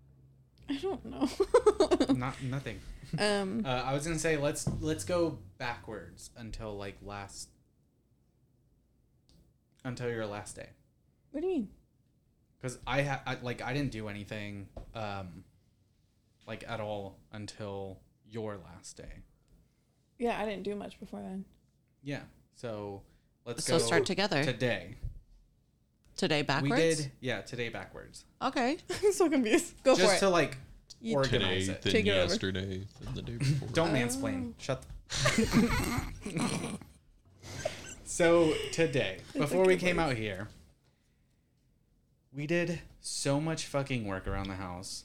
D: I don't know.
F: Not nothing.
D: um,
F: Uh, I was gonna say let's let's go backwards until like last until your last day
D: what do you mean?
F: because I, ha- I like I didn't do anything um like at all until your last day.
D: Yeah, I didn't do much before then.
F: Yeah. So let's
E: So
F: go
E: start together.
F: today.
E: Today backwards.
F: We did yeah today backwards
E: Okay.
D: I'm so confused. Go for
F: just
D: it.
F: to like
D: You-
G: Today,
F: organize it.
G: then
D: Take it over.
G: yesterday, then the day before.
F: Don't
E: Oh.
F: mansplain. Shut. The- so today, before we came out here, we did so much fucking work around the house.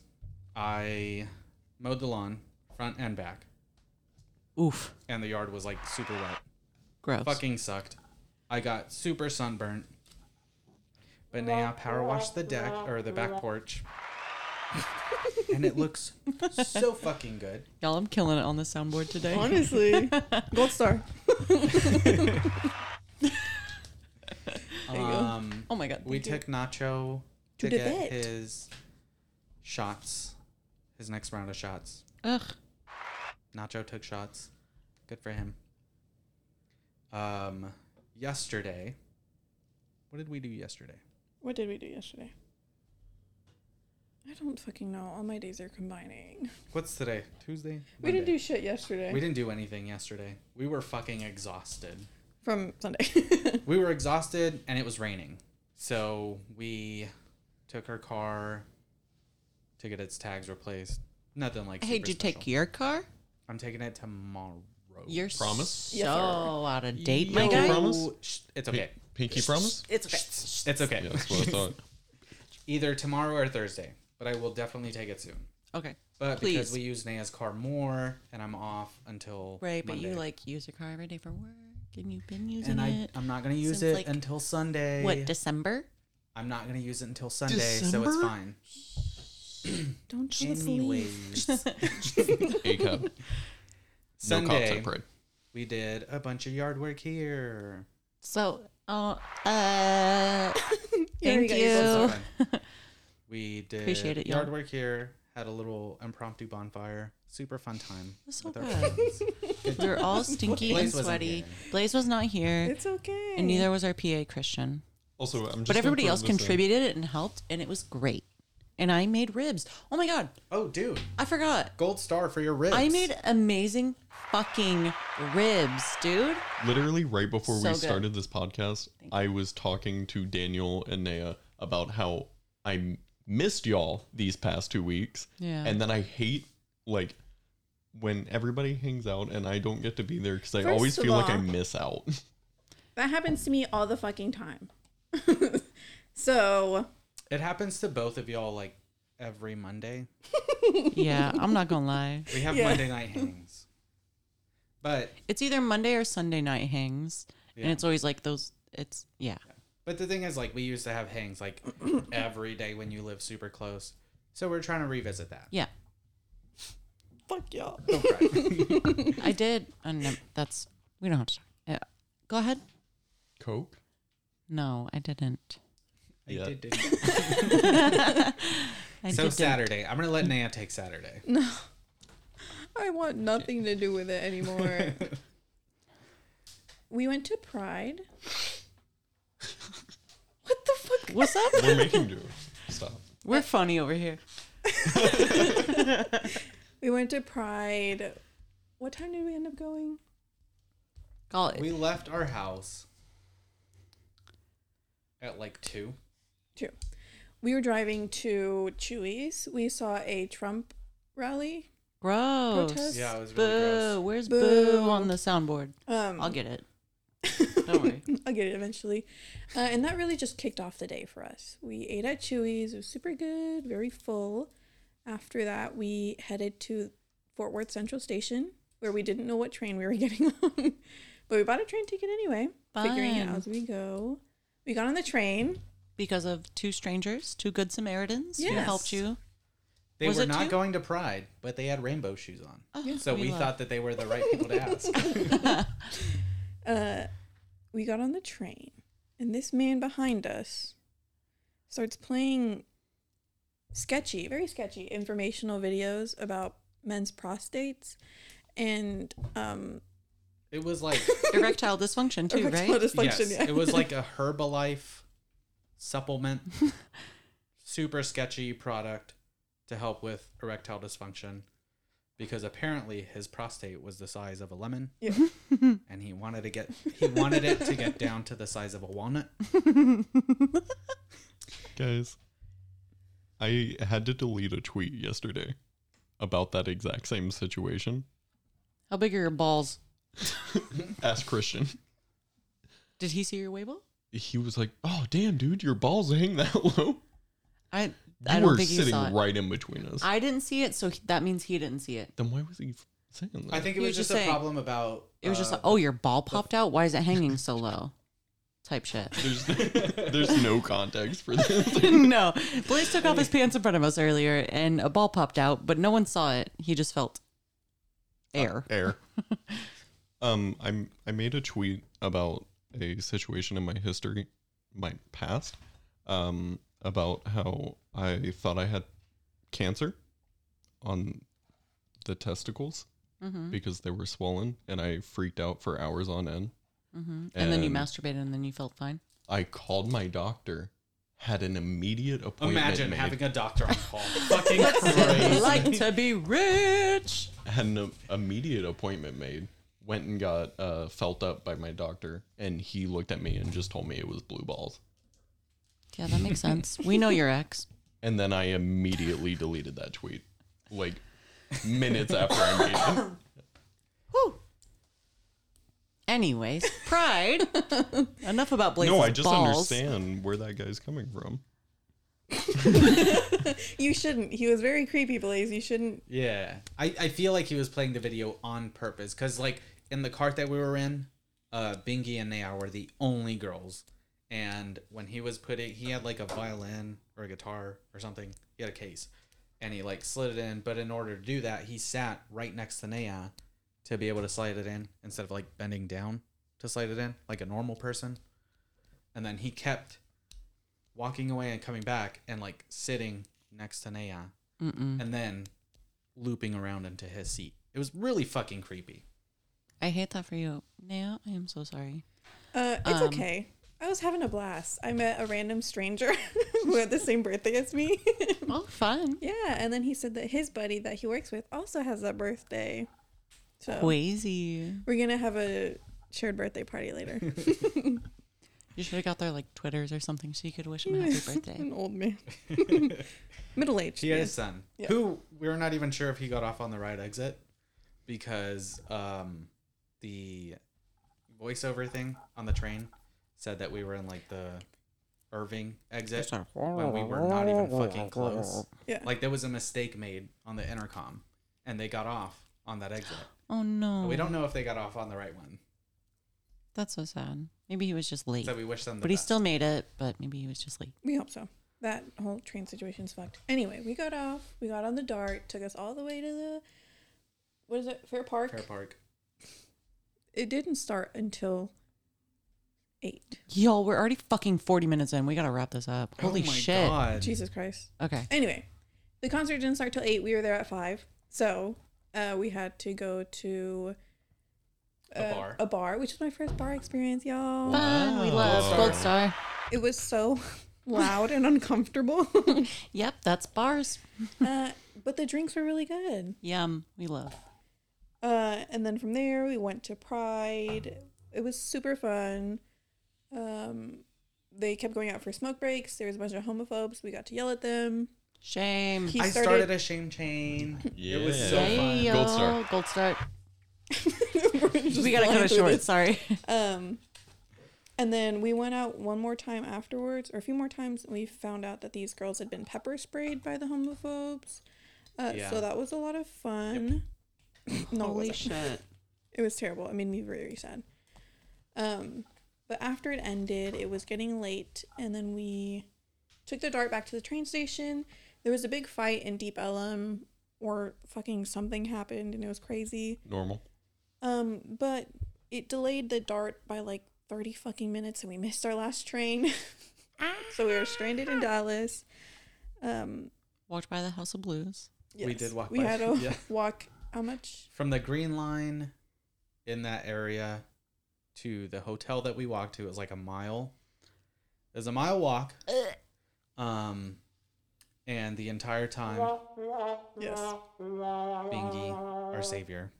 F: I mowed the lawn, front and back,
E: Oof.
F: and the yard was like super wet.
E: Gross.
F: Fucking sucked. I got super sunburnt. But now power washed the deck or the back porch. and it looks so fucking good.
E: Y'all, I'm killing it on the soundboard today.
D: Honestly, gold star.
F: Um
E: Oh my god.
F: We took Nacho to,
D: To
F: get
D: Tibet.
F: his shots, his next round of shots.
E: Ugh.
F: Nacho took shots. Good for him. Um, yesterday, what did we do yesterday?
D: What did we do yesterday? I don't fucking know. All my days are combining.
F: What's today? Tuesday.
D: We didn't
F: Monday.
D: do shit yesterday.
F: We didn't do anything yesterday. We were fucking exhausted.
D: From Sunday.
F: We were exhausted, and it was raining. So we took her car to get its tags replaced. Nothing like.
E: Hey,
F: super
E: did you
F: special.
E: take your car?
F: I'm taking it tomorrow.
E: You're
G: Promise?
E: so
D: Yes, sir.
E: out of date, my
G: Yo.
E: guy.
G: Promise?
F: Shh, It's okay.
G: Pinky promise?
E: It's okay.
F: It's okay.
G: Yeah, that's what I thought.
F: Either tomorrow or Thursday, but I will definitely take it soon.
E: Okay.
F: But because
E: Please.
F: we use Naya's car more, and I'm off until
E: Right, but you
F: Monday.
E: like use your car every day for work, and you've been using
F: and I
E: it.
F: I'm not gonna use
E: since,
F: it
E: like,
F: until Sunday.
E: what December?
F: I'm not gonna use it until Sunday, so it's
G: December?
F: fine.
D: don't you leave.
F: Anyways,
G: A cup. No cops
F: Sunday
G: at Pride.
F: we did a bunch of yard work here.
E: So, oh, uh,
D: Yeah, we
E: thank
D: got
E: you.
D: you
F: So fun. we did
E: Appreciate it, y'all.
F: yard work here. Had a little impromptu bonfire. Super fun time.
E: That's so
F: with our
E: good.
F: friends.
E: We were all stinky and
F: Blaze wasn't
E: sweaty.
F: here.
E: Blaze was not here,
D: It's okay.
E: and neither was our PA Christian.
G: Also, I'm just
E: But
G: gonna
E: everybody
G: throw
E: else
G: this in.
E: contributed it and helped, and it was great. And I made ribs. Oh my god,
F: Oh, dude.
E: I forgot.
F: Gold star for your ribs.
E: I made amazing fucking ribs, dude.
G: Literally right before
E: So
G: we
E: good.
G: started this podcast, I was talking to Daniel and Naya about how I m- missed y'all these past two weeks.
E: Yeah.
G: And then I hate like when everybody hangs out and I don't get to be there because I
D: First
G: always
D: of
G: feel like I
D: all-
G: miss out.
D: that happens to me all the fucking time. so
F: It happens to both of y'all like every Monday.
E: Yeah, I'm not gonna lie.
F: We have
D: Yeah.
F: Monday night hangs. But
E: It's either Monday or Sunday night hangs,
F: Yeah.
E: and it's always like those. It's yeah,
F: but the thing is like we used to have hangs like every day when you live super close. So we're trying to revisit that.
E: yeah.
D: Fuck y'all.
E: I did. I nev- that's we don't have to. Talk. Yeah. Go ahead.
G: Coke?
E: No, I didn't.
F: I
G: Yeah.
F: did do
E: I
F: So
E: didn't.
F: Saturday. I'm gonna let Naya take Saturday.
D: I want nothing to do with it anymore. we went to Pride. What the fuck?
E: What's up?
G: We're making do. Stop.
E: We're funny over here.
D: We went to Pride. What time did we end up going?
E: Call it.
F: We left our house at like two.
D: Two. We were driving to Chewy's. We saw a Trump rally.
E: gross.
D: Protest?
F: Yeah, it was really
E: Boo.
F: gross.
E: Where's
D: Boo.
E: boo. on the soundboard?
D: Um,
E: I'll get it. Don't worry.
D: I'll get it eventually. Uh, and that really just kicked off the day for us. We ate at Chewy's. It was super good, very full. After that, we headed to Fort Worth Central Station, where we didn't know what train we were getting on. but we bought a train ticket anyway, figuring it out
E: Fun.
D: as we go. We got on the train.
E: Because of two strangers, two good Samaritans who
D: Yes.
E: helped you.
F: They
E: Was
F: were
E: it
F: not
E: two?
F: going to Pride, but they had rainbow shoes on.
E: Oh,
F: So we,
E: love-
F: thought that they were the right people to ask.
D: Uh, we got on the train, and this man behind us starts playing sketchy, very sketchy informational videos about men's prostates and um,
F: It was like
E: erectile dysfunction too,
D: erectile
E: right?
D: dysfunction.
F: yes,
D: yeah.
F: it was like a Herbalife supplement, super sketchy product to help with erectile dysfunction, because apparently his prostate was the size of a lemon,
D: Yeah.
F: and he wanted to get he wanted it to get down to the size of a walnut.
G: Guys, I had to delete a tweet yesterday about that exact same situation.
E: How big are your balls?
G: Ask Christian.
E: Did he see your Weibo?
G: He was like, "Oh, damn, dude, your balls hang that low."
E: I I
G: You
E: don't
G: were
E: think he
G: sitting
E: saw it.
G: right in between us.
E: I didn't see it, so he- that means he didn't see it.
G: then why was he f- saying that?
F: I think
E: He
F: it
E: was
F: was, just,
E: just
F: a
E: saying-
F: problem about
E: It was just
F: uh,
E: like, oh, your ball popped out. Why is it hanging so low? Type shit.
G: there's there's no context for this.
E: no, Blaze took off his pants in front of us earlier, and a ball popped out, but no one saw it. He just felt
F: Uh,
E: air.
G: Air. um, I'm I made a tweet about a situation in my history, my past, um, about how I thought I had cancer on the testicles
E: Mm-hmm.
G: because they were swollen, and I freaked out for hours on end.
E: Mm-hmm. And then you
G: And-
E: masturbated, and then you felt fine.
G: I called my doctor, had an immediate appointment.
F: Imagine
G: made,
F: having a doctor on call. Fucking
E: I
F: crazy.
E: like to be rich.
G: had an immediate appointment made. Went and got uh, felt up by my doctor, and he looked at me and just told me it was blue balls.
E: Yeah, that makes sense. We know your ex.
G: And then I immediately deleted that tweet, like minutes after I made it.
E: Whew. Anyways, pride. Enough about Blaze's
G: No, I just
E: balls.
G: understand where that guy's coming from.
D: You shouldn't. He was very creepy, Blaze. You shouldn't.
F: Yeah, I, I feel like he was playing the video on purpose because like in the cart that we were in, uh, Bingy and Naya were the only girls, and when he was putting, he had like a violin or a guitar or something. He had a case, and he like slid it in. But in order to do that, he sat right next to Naya to be able to slide it in instead of like bending down to slide it in like a normal person. And then he kept walking away and coming back and like sitting next to Naya
E: Mm-mm.
F: and then looping around into his seat. It was really fucking creepy.
E: I hate that for you. Naya, I am so sorry.
D: Uh, it's
E: Um,
D: okay. I was having a blast. I met a random stranger who had the same birthday as me.
E: Well, fun.
D: yeah, and then he said that his buddy that he works with also has that birthday. So
E: Crazy.
D: we're gonna have a shared birthday party later.
E: You should have got their like Twitters or something so you could wish them a happy birthday.
D: An old man, middle aged.
F: He had his son,
D: Yeah.
F: who we were not even sure if he got off on the right exit because um, the voiceover thing on the train said that we were in like the Irving exit
E: It's like,
F: when we were not even fucking close.
D: Yeah.
F: Like there was a mistake made on the intercom, and they got off on that exit.
E: Oh no.
F: But we don't know if they got off on the right one.
E: That's so sad. Maybe he was just late.
F: So we wish them the
E: but he
F: best.
E: still made it, but maybe he was just late.
D: We hope so. That whole train situation's fucked. Anyway, we got off. We got on the dart. Took us all the way to the what is it? Fair Park.
F: Fair Park.
D: It didn't start until eight.
E: Yo, we're already fucking 40 minutes in. We gotta wrap this up. Holy
F: oh my
E: shit.
F: God.
D: Jesus Christ.
E: Okay.
D: Anyway, the concert didn't start till eight. We were there at five, so uh, we had to go to
F: A bar.
D: A bar, which was my first bar experience, y'all.
E: Fun. We love Gold Star.
D: It was so loud and uncomfortable,
E: Yep, that's bars.
D: uh, but the drinks were really good.
E: Yum. We love.
D: Uh, and then from there, we went to Pride. It was super fun. Um, they kept going out for smoke breaks. There was a bunch of homophobes. We got to yell at them.
E: Shame.
D: He
F: I
D: started.
F: started a shame chain. It was so
G: Yeah.
F: fun.
E: Yay,
G: Gold Star.
E: yo. Gold Star.
D: Just
E: We gotta
D: flying
E: cut it
D: through
E: short.
D: this.
E: Sorry.
D: Um, and then we went out one more time afterwards, or a few more times. And we found out that these girls had been pepper sprayed by the homophobes. Uh,
F: Yeah.
D: So that was a lot of fun. no, it
E: Holy
D: wasn't.
E: shit.
D: It was terrible. It made me very sad. Um, but after it ended, it was getting late, and then we took the dart back to the train station. There was a big fight in Deep Ellum, or fucking something happened, and it was crazy.
G: Normal.
D: Um, but it delayed the dart by like 30 fucking minutes, and we missed our last train. so we were stranded in Dallas. Um,
E: Walked by the House of Blues.
F: We did walk
D: We
F: by-
D: had to
F: yeah.
D: walk how much?
F: From the green line in that area to the hotel that we walked to, it was like a mile. It was a mile walk. Um, and the entire time,
D: Yes.
F: Bingy, our savior,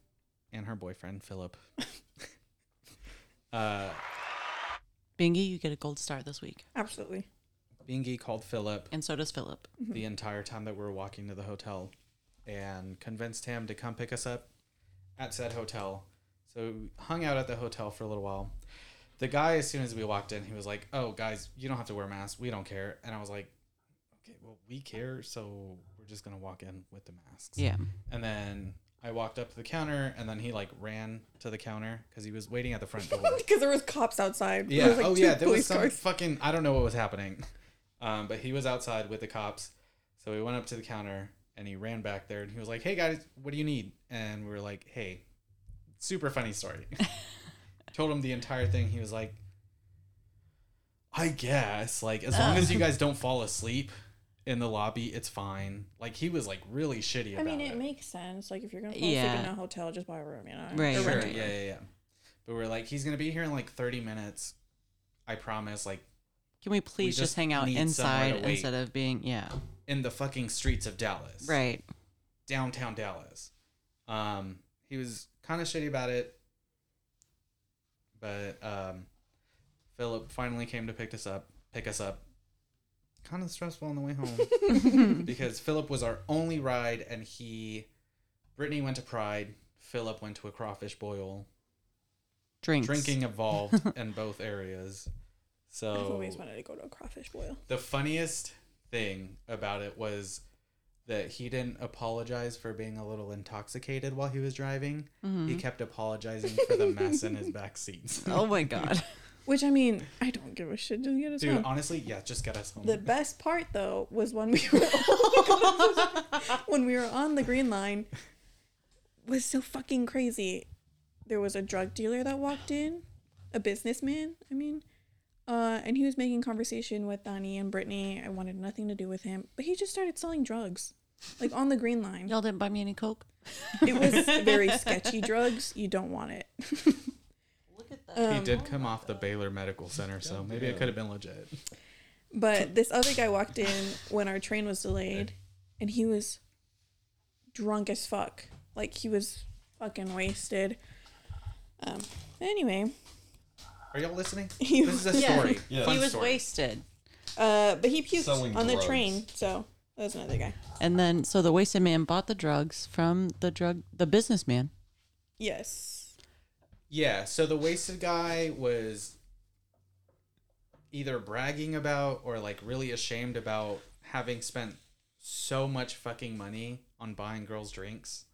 F: and her boyfriend Philip. uh,
E: Bingy, you get a gold star this week.
D: Absolutely.
F: Bingy called Philip
E: And so does Philip.
F: the entire time that we were walking to the hotel and convinced him to come pick us up at said hotel. So we hung out at the hotel for a little while. The guy, as soon as we walked in, he was like, Oh, guys, you don't have to wear masks. We don't care. And I was like, Okay, well, we care. So we're just going to walk in with the masks.
E: Yeah.
F: And then I walked up to the counter and then he like ran to the counter because he was waiting at the front door.
D: Because there was cops outside. There
F: Yeah.
D: was, like,
F: oh
D: two
F: yeah. There
D: police
F: was some
D: cars.
F: fucking. I don't know what was happening, um, but he was outside with the cops. So we went up to the counter and he ran back there and he was like, "Hey guys, what do you need?" And we were like, "Hey, super funny story." Told him the entire thing. He was like, "I guess like as long as you guys don't fall asleep." In the lobby, it's fine. Like he was like really shitty about
D: I mean, it,
F: it.
D: makes sense. Like, if you're going to fall asleep in
E: Yeah.
D: a hotel, just buy a room, you know?
E: Right.
D: Or
E: Sure.
F: Sure.
D: rent
F: Yeah,
D: it.
F: yeah, yeah. But we're like, he's gonna be here in like thirty minutes. I promise. Like
E: Can we please just,
F: just
E: hang out
F: need somewhere
E: inside
F: to wait.
E: instead of being, yeah.
F: in the fucking streets of Dallas.
E: Right.
F: Downtown Dallas. Um, he was kind of shitty about it. But um, Philip finally came to pick us up. Pick us up. Kind of stressful on the way home because Philip was our only ride, and he, Brittany went to Pride. Philip went to a crawfish boil.
E: Drinks.
F: Drinking evolved in both areas. So
D: I've always wanted to go to a crawfish boil.
F: the funniest thing about it was that he didn't apologize for being a little intoxicated while he was driving.
E: Mm-hmm.
F: He kept apologizing for the mess in his back seats.
E: Oh my God.
D: Which, I mean, I don't give a shit. Just get us
F: Dude,
D: home.
F: honestly, yeah, just get us home.
D: The best part, though, was when we were when we were on the green line. Was so fucking crazy. There was a drug dealer that walked in, a businessman. I mean, uh, and he was making conversation with Donnie and Brittany. I wanted nothing to do with him, but he just started selling drugs, like on the green line.
E: Y'all didn't buy me any Coke?
D: It was very sketchy drugs. You don't want it.
F: he
E: um,
F: did come off the Baylor Medical Center, so maybe it could have been legit.
D: But this other guy walked in when our train was delayed, and he was drunk as fuck. Like he was fucking wasted. Um. Anyway,
F: Are y'all listening?
D: He-
F: this is a
E: Yeah.
F: story.
G: Yeah.
F: Fun
E: He was
F: story.
E: wasted.
D: uh, but he puked
G: Selling
D: on
G: drugs.
D: the train, so that was another guy.
E: And then, so the wasted man bought the drugs from the drug, the businessman.
D: Yes.
F: Yeah, so the wasted guy was either bragging about or like really ashamed about having spent so much fucking money on buying girls drinks.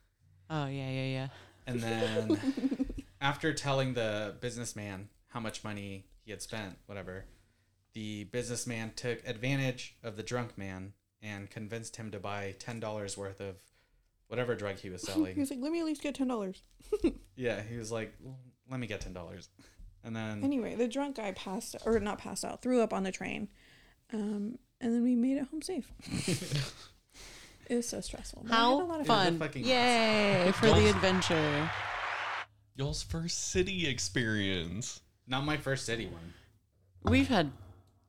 E: Oh yeah, yeah, yeah.
F: And then after telling the businessman how much money he had spent, whatever, the businessman took advantage of the drunk man and convinced him to buy $10 worth of whatever drug he was
D: He
F: selling.
D: was like, let me at least get ten dollars.
F: yeah, he was like, "Well, "Let me get $10." And
G: Mm.
F: then
D: Anyway, the drunk guy passed or not passed out, threw up on the train, um, and then we made it home safe. it was so stressful. but I had a lot
E: How
D: of
E: fun!
F: fucking
E: Yay for the adventure.
G: Y'all's first city experience.
F: not my first city one.
E: We've had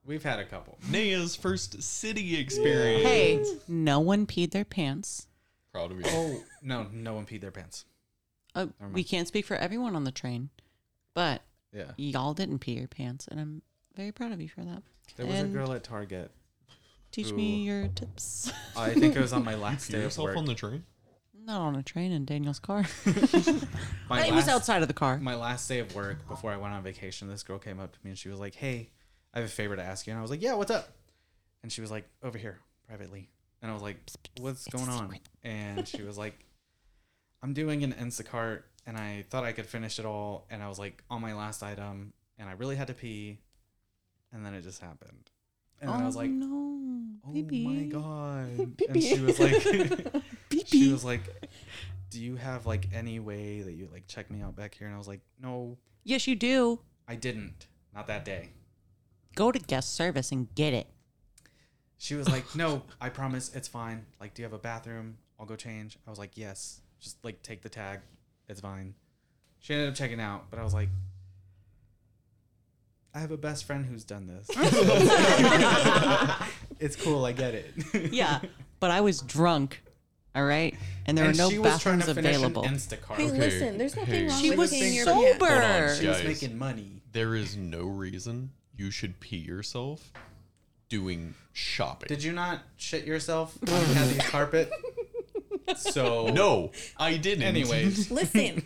F: We've had a couple.
G: Naya's first city experience.
E: hey, no one peed their pants.
G: Proud of you.
F: Oh, no, no one peed their pants.
E: Uh, we can't speak for everyone on the train, but
F: Yeah.
E: y'all didn't pee your pants, and I'm very proud of you for that.
F: There was a
E: And-
F: girl at Target.
E: Teach
F: Ooh.
E: me your tips.
F: I think it was on my last
G: Pee
F: day of
G: yourself
F: work.
G: on the train?
E: Not on a train in Daniel's car.
F: my
E: it was
F: last-
E: outside of the car.
F: my last day of work before I went on vacation, this girl came up to me and she was like, Hey, I have a favor to ask you. And I was like, Yeah, what's up? And she was like, Over here, privately. And I was like, What's going on? And she was like, I'm doing an Instacart and I thought I could finish it all. And I was like, On my last item and I really had to pee. And then it just happened. And then I was like,
E: Oh, no,
F: Oh
E: baby.
F: my God. and
D: Pee-pee.
F: she was like, she
E: Pee-pee.
F: was like, "Do you have like any way that you like check me out back here?" And I was like, "No,
E: Yes, you do.
F: I didn't. Not that day."
E: Go to guest service and get it.
F: She was like, "No, I promise it's fine. Like, do you have a bathroom? I'll go change." I was like, "Yes. Just like take the tag. It's fine." She ended up checking out, but I was like, "I have a best friend who's done this. it's cool. I get it."
E: Yeah, but I was drunk. All right, and there
F: and
E: were
F: she
E: no
F: was trying
E: bathrooms
F: to finish
E: available.
F: an
D: Hey,
F: Instacart.
G: Okay,
D: listen, there's nothing
G: hey.
D: wrong
E: she
D: with
E: was
D: peeing your
E: sober.
D: pants.
F: She was
G: Guys.
F: making money.
G: There is no reason you should pee yourself doing shopping.
F: Did you not shit yourself on Kathy's carpet? So
G: no, I didn't.
F: Anyways,
D: Listen,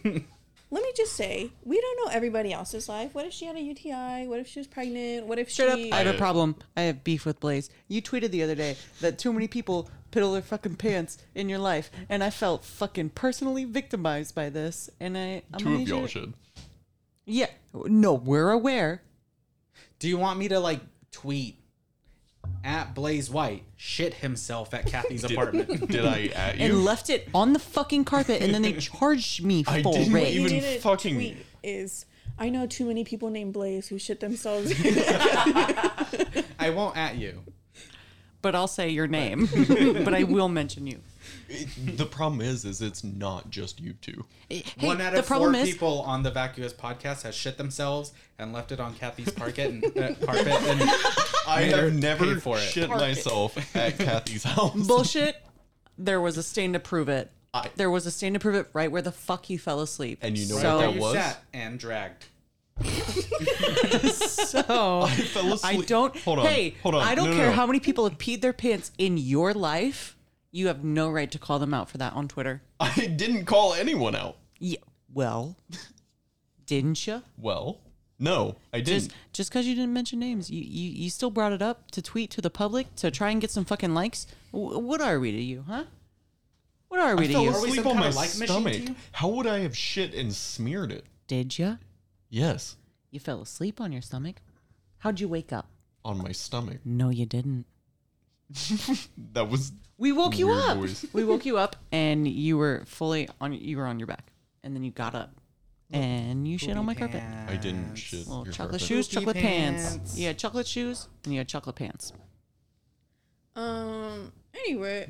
D: let me just say, we don't know everybody else's life. What if she had a UTI? What if she was pregnant? What if
E: Straight up,
D: she?
E: I have a
G: I-
E: problem. I have beef with Blaze. You tweeted the other day that too many people piddle their fucking pants in your life, and I felt fucking personally victimized by this. And I, I'm
G: two
E: gonna
G: of
E: need you
G: y'all
E: to-
G: should.
E: Yeah, no, we're aware.
F: do you want me to like tweet at Blaze White shit himself at Kathy's apartment?
G: Did, did I at
E: And
G: you?
E: left it on the fucking carpet, and then they charged me
G: I
E: full
G: didn't
E: rate.
G: even
D: You didn't
G: fucking-
D: tweet is I know too many people named Blaze who shit themselves.
F: I won't at you.
E: But I'll say your name. but I will mention you.
G: the problem is, is it's not just you two.
E: Hey,
F: One out
E: the
F: of four
E: problem is,
F: people on the Vacuous podcast has shit themselves and left it on Kathy's carpet and uh, carpet and
G: I
F: Made her pay
G: have never
F: for it.
G: shit
E: Park it.
G: myself at Kathy's house.
E: bullshit. There was a stain to prove it.
G: I-
E: there was a stain to prove it right where the fuck he fell asleep.
G: And you know
E: so,
G: what
F: there
G: that
F: you
G: was?
F: sat and dragged.
E: So I
G: fell asleep.
E: don't.
G: Hold on,
E: Hey,
G: hold on.
E: I don't
G: No, no,
E: care
G: no.
E: how many people have peed their pants in your life. You have no right to call them out for that on Twitter.
G: I didn't call anyone out.
E: Yeah. Well, didn't you?
G: Well, no, I didn't.
E: Just just because you didn't mention names, you, you you still brought it up to tweet to the public to try and get some fucking likes. W- what are we to you, huh? What are we
G: I
E: to
G: fell
E: you?
F: we
G: asleep
F: some
G: on my
F: kind of like machine to
G: stomach.
F: you?
G: How would I have shit and smeared it?
E: Did you?
G: Yes,
E: You fell asleep on your stomach. How'd you wake up?
G: on my stomach.
E: No, you didn't.
G: That was
E: We woke you
G: Weird
E: up.
G: voice.
E: We woke you up, and you were fully on. You were on your back, and then you got up, and you shit on my carpet.
G: I didn't shit.
E: Little
G: your
E: chocolate
G: carpet.
E: shoes,
F: Poopy
E: chocolate pants.
F: pants.
E: You had chocolate shoes, and you had chocolate pants.
D: um. Anyway,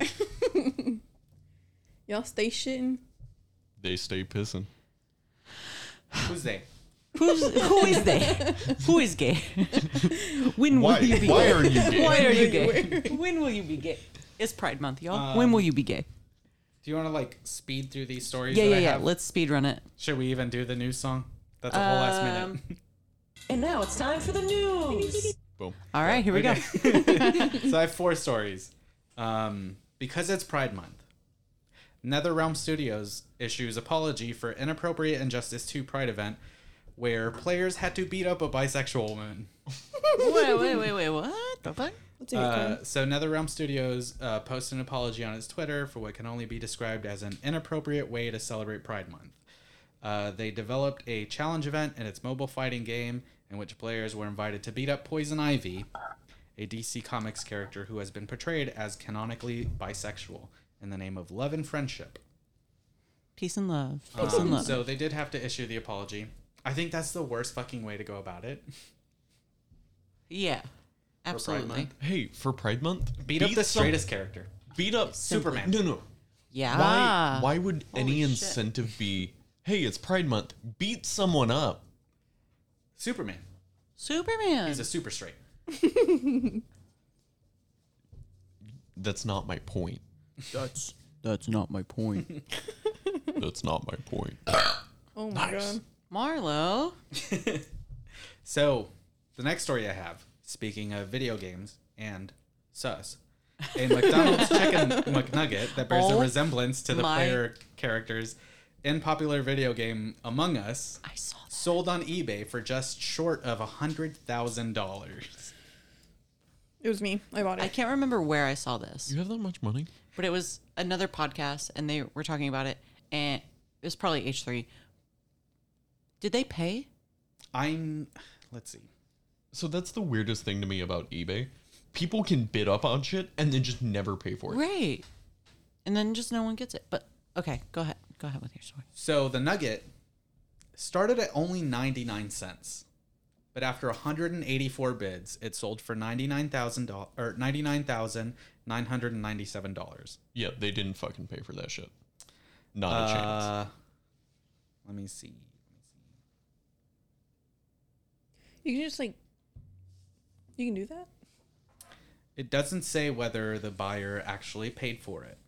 D: y'all stay shitting.
G: They stay pissing.
F: Who's they?
E: Who's who is they? Who is gay? when
G: Why?
E: will you be?
G: Why
E: gay?
G: are you gay?
E: Why are you gay? when will you be gay? It's Pride Month, y'all.
F: Um,
E: when will you be gay?
F: Do you want to like speed through these stories?
E: Yeah,
F: that
E: yeah,
F: I
E: yeah.
F: have?
E: Let's speed run it.
F: Should we even do the news song? That's a whole last minute.
E: And now it's time for the news.
G: Boom.
E: All right, here we go.
F: so I have four stories. Um, because it's Pride Month, NetherRealm Studios issues apology for inappropriate injustice to Pride event where players had to beat up a bisexual woman.
E: wait, wait, wait, wait. What the fuck?
D: That's a good
F: Uh,
D: one.
F: so NetherRealm Studios uh, posted an apology on its Twitter for what can only be described as an inappropriate way to celebrate Pride Month. Uh, they developed a challenge event in its mobile fighting game in which players were invited to beat up Poison Ivy, a DC Comics character who has been portrayed as canonically bisexual in the name of love and friendship.
E: Peace and love. Peace
F: Um,
E: and love.
F: so they did have to issue the apology. I think that's the worst fucking way to go about it.
E: yeah, absolutely.
F: Month.
G: Hey, for Pride Month,
F: Beat, up the
G: some-
F: straightest character.
G: beat up
F: Superman.
G: No, no.
E: Yeah.
G: Why? Why would any
E: Ah. Holy shit.
G: incentive be? Hey, it's Pride Month. Beat someone up.
F: Superman.
E: Superman.
F: He's a super straight.
G: That's not my point.
E: That's that's not my point.
G: That's not my point.
D: Oh my god.
E: Marlo.
F: So, the next story I have, speaking of video games and sus, a McDonald's chicken McNugget that bears
E: Oh
F: a resemblance to the
E: my-
F: player characters in popular video game Among Us,
E: I saw that.
F: sold on eBay for just short of $100,000.
D: It was me. I bought
E: I
D: it.
E: can't remember where I saw this,
G: You have that much money?
E: but it was another podcast, and they were talking about it, and it was probably H three. Did they pay?
F: I'm, let's see.
G: So that's the weirdest thing to me about eBay. People can bid up on shit and then just never pay for it.
E: Right. And then just no one gets it. But okay, go ahead. Go ahead with your story.
F: So the nugget started at only 99 cents. But after 184 bids, it sold for $99,000 or $99,997.
G: Yeah, they didn't fucking pay for that shit. Not a chance.
F: Uh, let me see.
D: You can just like. You can do that.
F: It doesn't say whether the buyer actually paid for it.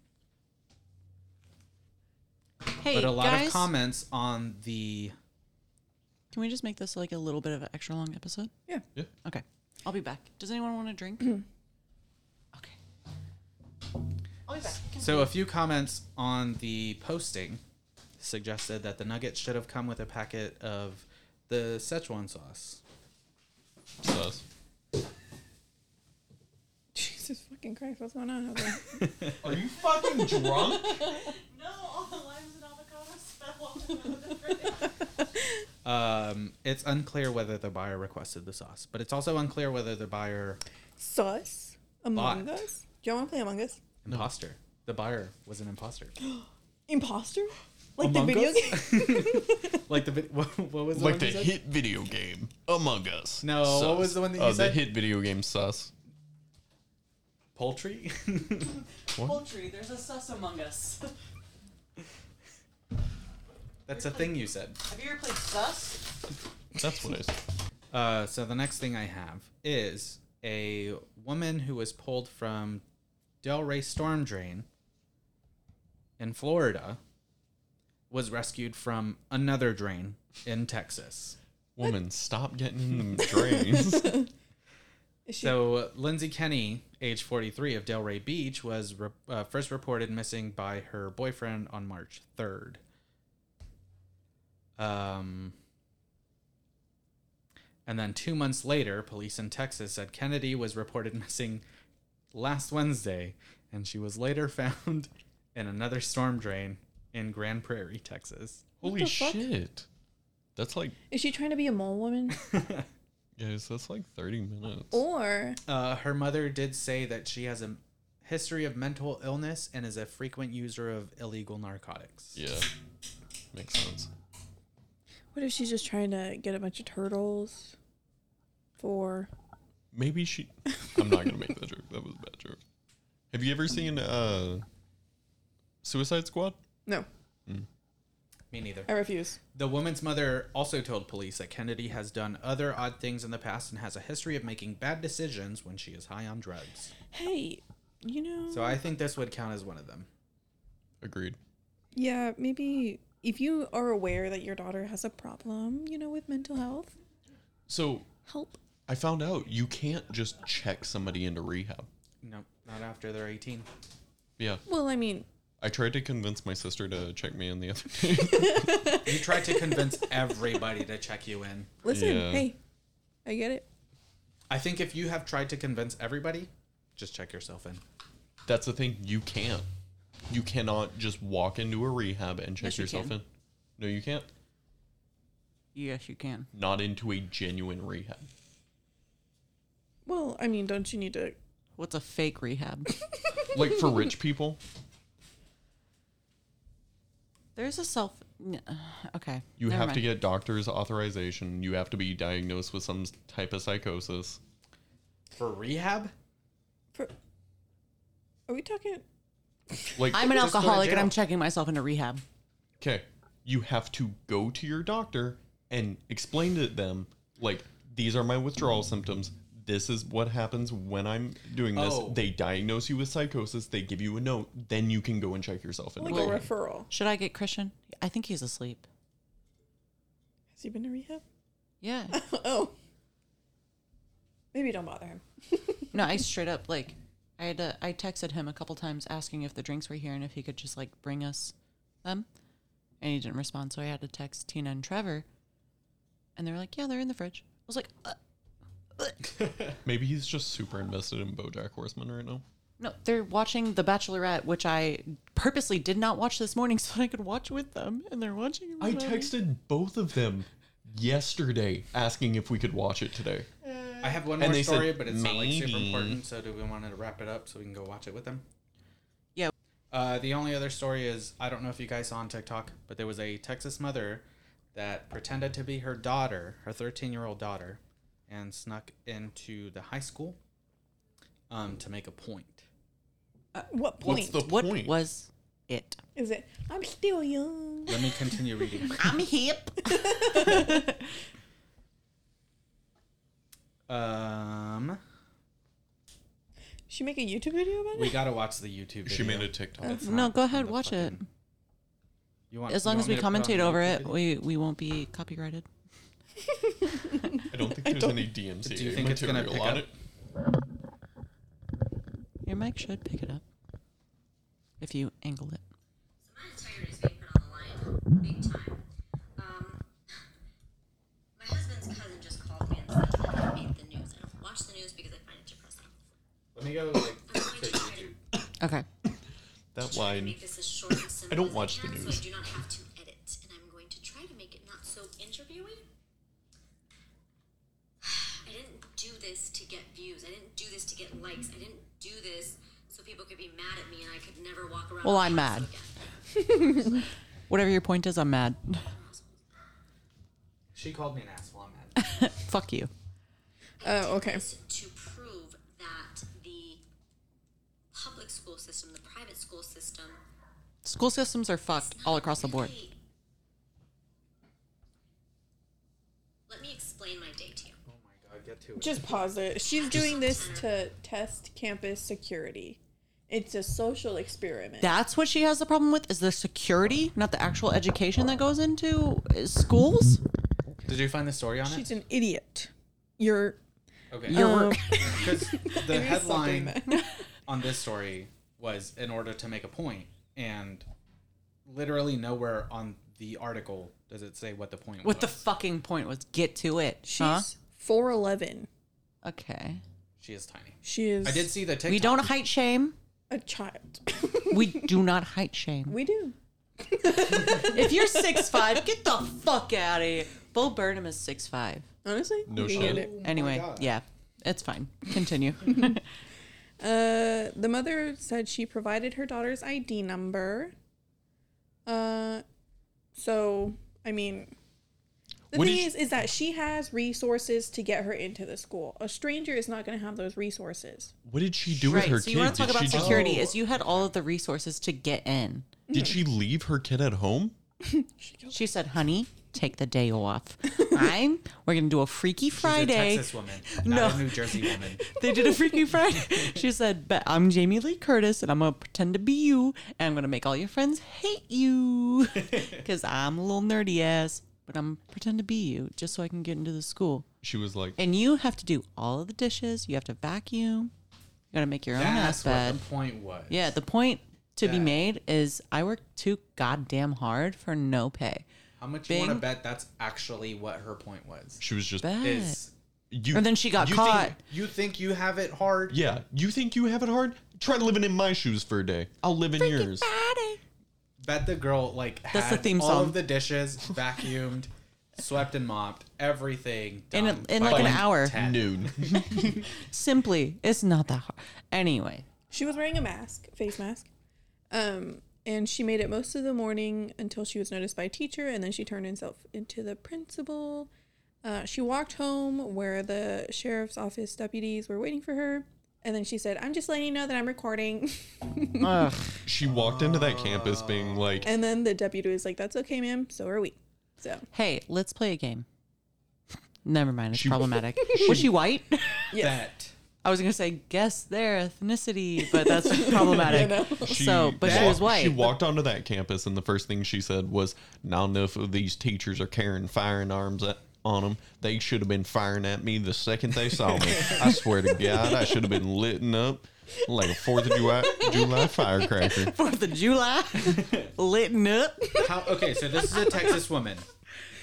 E: Hey,
F: but a lot
E: guys,
F: of comments on the
E: can we just make this like a little bit of an extra long episode?
D: Yeah.
G: Yeah.
E: Okay. I'll be back. Does anyone want a drink? okay. I'll be back.
F: So a few comments on the posting suggested that the nugget should have come with a packet of the Szechuan sauce.
E: Uh,
G: Sus.
D: Jesus fucking Christ! What's going on? out there?
G: Are you fucking drunk?
E: No, all the limes and avocados fell
F: Um, it's unclear whether the buyer requested the sauce, but it's also unclear whether the buyer
D: Sus. Among
F: Bought.
D: Us. Do y'all want to play Among Us?
F: imposter. The buyer was an imposter.
D: Imposter. Like the
F: Among
D: video
F: Us?
D: game.
F: Like the vid- what, what was the
G: like
F: one
G: the
F: you said?
G: hit video game Among Us.
F: No, what was the one that you
G: Oh,
F: said?
G: the hit video game Sus.
F: poultry.
E: Poultry, there's a sus among us.
F: That's a thing you said.
E: Have you ever played sus?
G: That's what I said.
F: Uh, so the next thing I have is a woman who was pulled from Delray Storm Drain in Florida was rescued from another drain in Texas.
G: Woman, stop getting in them drains.
D: Is she-
F: So Lindsay Kenny, age 43 of Delray Beach, was re- uh, first reported missing by her boyfriend on March 3rd. Um, and then two months later, police in Texas said Kennedy was reported missing last Wednesday, and she was later found in another storm drain in Grand Prairie, Texas.
G: Holy
D: the fuck?
G: shit. That's like,
D: Is she trying to be a mole woman?
G: guys, that's like 30 minutes.
D: or
F: Uh, her mother did say that she has a history of mental illness and is a frequent user of illegal narcotics.
G: Yeah. Makes sense.
D: what if she's just trying to get a bunch of turtles? For
G: Maybe she. I'm not gonna make that joke. That was a bad joke. Have you ever seen uh, Suicide Squad?
D: no,
F: Me neither.
D: I refuse.
F: The woman's mother also told police that Kennedy has done other odd things in the past and has a history of making bad decisions when she is high on drugs.
D: Hey, you know.
F: So I think this would count as one of them.
G: Agreed.
D: Yeah, maybe if you are aware that your daughter has a problem, you know, with mental health,
G: So
D: help.
G: I found out you can't just check somebody into rehab.
F: No, not after they're 18.
G: Yeah,
D: Well, I mean,
G: I I tried to convince my sister to check me in the other day.
F: You tried to convince everybody to check you in.
D: Listen,
G: Yeah.
D: hey, I get it.
F: I think if you have tried to convince everybody, just check yourself in.
G: That's the thing. You can't. You cannot just walk into a rehab and check
E: Yes, you
G: yourself
E: can.
G: in. No, you can't.
E: Yes, you can.
G: Not into a genuine rehab.
D: Well, I mean, don't you need to?
E: What's a fake rehab?
G: Like for rich people,
E: There's a self. n- Okay.
G: you
E: never
G: have to
E: mind.
G: get doctor's authorization. You have to be diagnosed with some type of psychosis.
F: For rehab?
D: For, are we talking?
G: Like
E: I'm an
F: Just go to
E: alcoholic and
F: jail.
E: I'm checking myself into rehab.
G: Okay. You have to go to your doctor and explain to them, like, these are my withdrawal symptoms. This is what happens when I'm doing this.
F: Oh.
G: They diagnose you with psychosis. They give you a note. Then you can go and check yourself in.
F: Oh
D: Like a referral.
E: Should I get Christian? I think he's asleep.
D: Has he been to rehab?
E: Yeah.
D: oh. Maybe don't bother him.
E: No, I straight up like I had to, I texted him a couple times asking if the drinks were here and if he could just like bring us them, and he didn't respond. So I had to text Tina and Trevor, and they were like, "Yeah, they're in the fridge." I was like, uh,
G: Maybe he's just super invested in BoJack Horseman right now.
E: "No, they're watching The Bachelorette, which I purposely did not watch this morning so I could watch with them, and they're watching." it
G: I
E: with me.
G: texted both of them yesterday asking if we could watch it today.
F: I have one
G: And
F: more
G: they said,
F: story, but it's not like super
G: "Maybe."
F: important. So do we want to wrap it up so we can go watch it with them?
E: Yeah.
F: Uh, the only other story is I don't know if you guys saw on TikTok, but there was a Texas mother that pretended to be her daughter, her 13 year old daughter, and snuck into the high school um, to make a point.
D: Uh, What point
E: What was it?
D: is it? I'm still young.
F: Let me continue reading.
E: I'm hip.
F: Um,
D: She make a YouTube video about
F: we
D: it?
F: gotta watch the YouTube. Video.
G: She made a TikTok.
F: It's
E: No,
F: not
E: go
F: on
E: ahead,
F: the
E: watch it.
F: fucking- You want,
E: As
F: you
E: long
F: want
E: as we
F: me to put on the
E: commentate over
F: YouTube
E: it,
F: video?
E: we we won't be copyrighted.
G: I don't think there's any DMCA
F: Do you think it's gonna
G: material
F: pick up?
G: on it.
E: Your mic should pick it up if you angle it.
B: My integrity is being put on the line, big time. Um, my husband's cousin just called me and said that I made the news. I don't watch the news because I find it depressing.
F: Let me go. Like,
B: I'm going to try to
E: Okay.
G: That
B: try to
G: line.
B: make this as short and simple
G: don't
B: as
G: watch the
B: I can,
G: news.
B: So I do not have to edit, and I'm going to try to make it not so interviewing. I didn't do this to get views. I didn't do this to get likes. I didn't do this so people could be mad at me and I could never walk around.
E: Well,
B: the
E: I'm
B: house
E: mad.
B: again.
E: Whatever your point is, I'm mad.
F: she called me an asshole. I'm mad.
E: Fuck you.
D: Oh, okay.
B: is to prove that the public school system, the private school system,
E: School systems are fucked all across the board.
B: really- Let me explain my day to you.
F: Oh my god, get to it.
D: Just pause it. She's doing this to test campus security. It's a social experiment.
E: That's what she has the problem with is the security, not the actual education that goes into uh, schools.
F: Did you find the story on
D: She's
F: it?
D: an idiot. You're um,
F: Okay.
E: Your work.
F: Because the headline
D: something
F: on this story was in order to make a point, and literally nowhere on the article does it say what the point
E: What the
F: was.
E: fucking point was? Get to it. Huh?
D: she's four eleven.
E: Okay.
F: she is tiny.
D: She is
F: I did see the TikTok.
E: We don't height shame.
D: a child.
E: We do not height shame.
D: we do.
E: If you're six five, get the fuck out of here. Bo Burnham is six five.
D: Honestly,
G: No
D: we can
G: shit.
D: get it.
E: Anyway, yeah, it's fine. Continue.
D: Uh, the mother said she provided her daughter's ID number. Uh, so I mean, the
G: What
D: thing is,
G: is-
D: is that she has resources to get her into the school. A stranger is not going to have those resources.
G: What did she do with
E: right.
G: her
E: So
G: kid?
E: you want to talk
G: did
E: about
G: she just-
E: security? Is you had all of the resources to get in.
G: Did she leave her kid at home?
E: She said, "Honey, take the day off. I'm. We're gonna do a Freaky
F: She's a
E: Friday.
F: Texas woman,
E: No.
F: not a New Jersey woman.
E: They did a Freaky Friday. She said, "But I'm Jamie Lee Curtis, and I'm gonna pretend to be you, and I'm gonna make all your friends hate you, because I'm a little nerdy ass, but I'm gonna pretend to be you, just so I can get into the school.
G: She was like,
E: And you have to do all of the dishes. You have to vacuum. You gotta make your own ass
F: That's what
E: bed.
F: the point was.
E: yeah. The point to be
F: that.
E: made is I work too goddamn hard for no pay.
F: How much you want to
E: Bing.
F: bet that's actually what her point was?
G: She was just
E: Bet.
F: Is
G: you.
E: And then she got
G: you think-
E: caught.
F: you think you have it hard?
G: yeah, you think you have it hard? Try living in my shoes for a day. I'll live in yours.
F: Bet the girl like had
E: That's the theme
F: all
E: song.
F: of the dishes vacuumed, swept and mopped, everything
E: In a-
F: done
E: in
F: by
E: like an
F: like
E: hour.
F: 10.
G: Noon.
E: Simply, it's not that hard. Anyway,
D: She was wearing a mask, face mask. Um, and she made it most of the morning until she was noticed by a teacher, and then she turned herself into the principal. Uh, she walked home where the sheriff's office deputies were waiting for her, and then she said, I'm just letting you know that I'm recording.
E: Ugh.
G: she walked into that campus being like,
D: and then the deputy was like, That's okay, ma'am, so are we. So,
E: hey, let's play a game. Never mind, it's
G: She-
E: problematic. Was she white?
D: yes.
F: Bet.
E: I was gonna say guess their ethnicity, but that's problematic.
G: she
E: So, but she was
G: walked-
E: white.
G: She walked onto that campus, and the first thing she said was, "Not enough of these teachers are carrying firing arms at, on them. They should have been firing at me the second they saw me. I swear to God, I should have been litten up like a Fourth of July, July firecracker."
E: Fourth of July, lit up.
F: How, okay, so this is a Texas woman,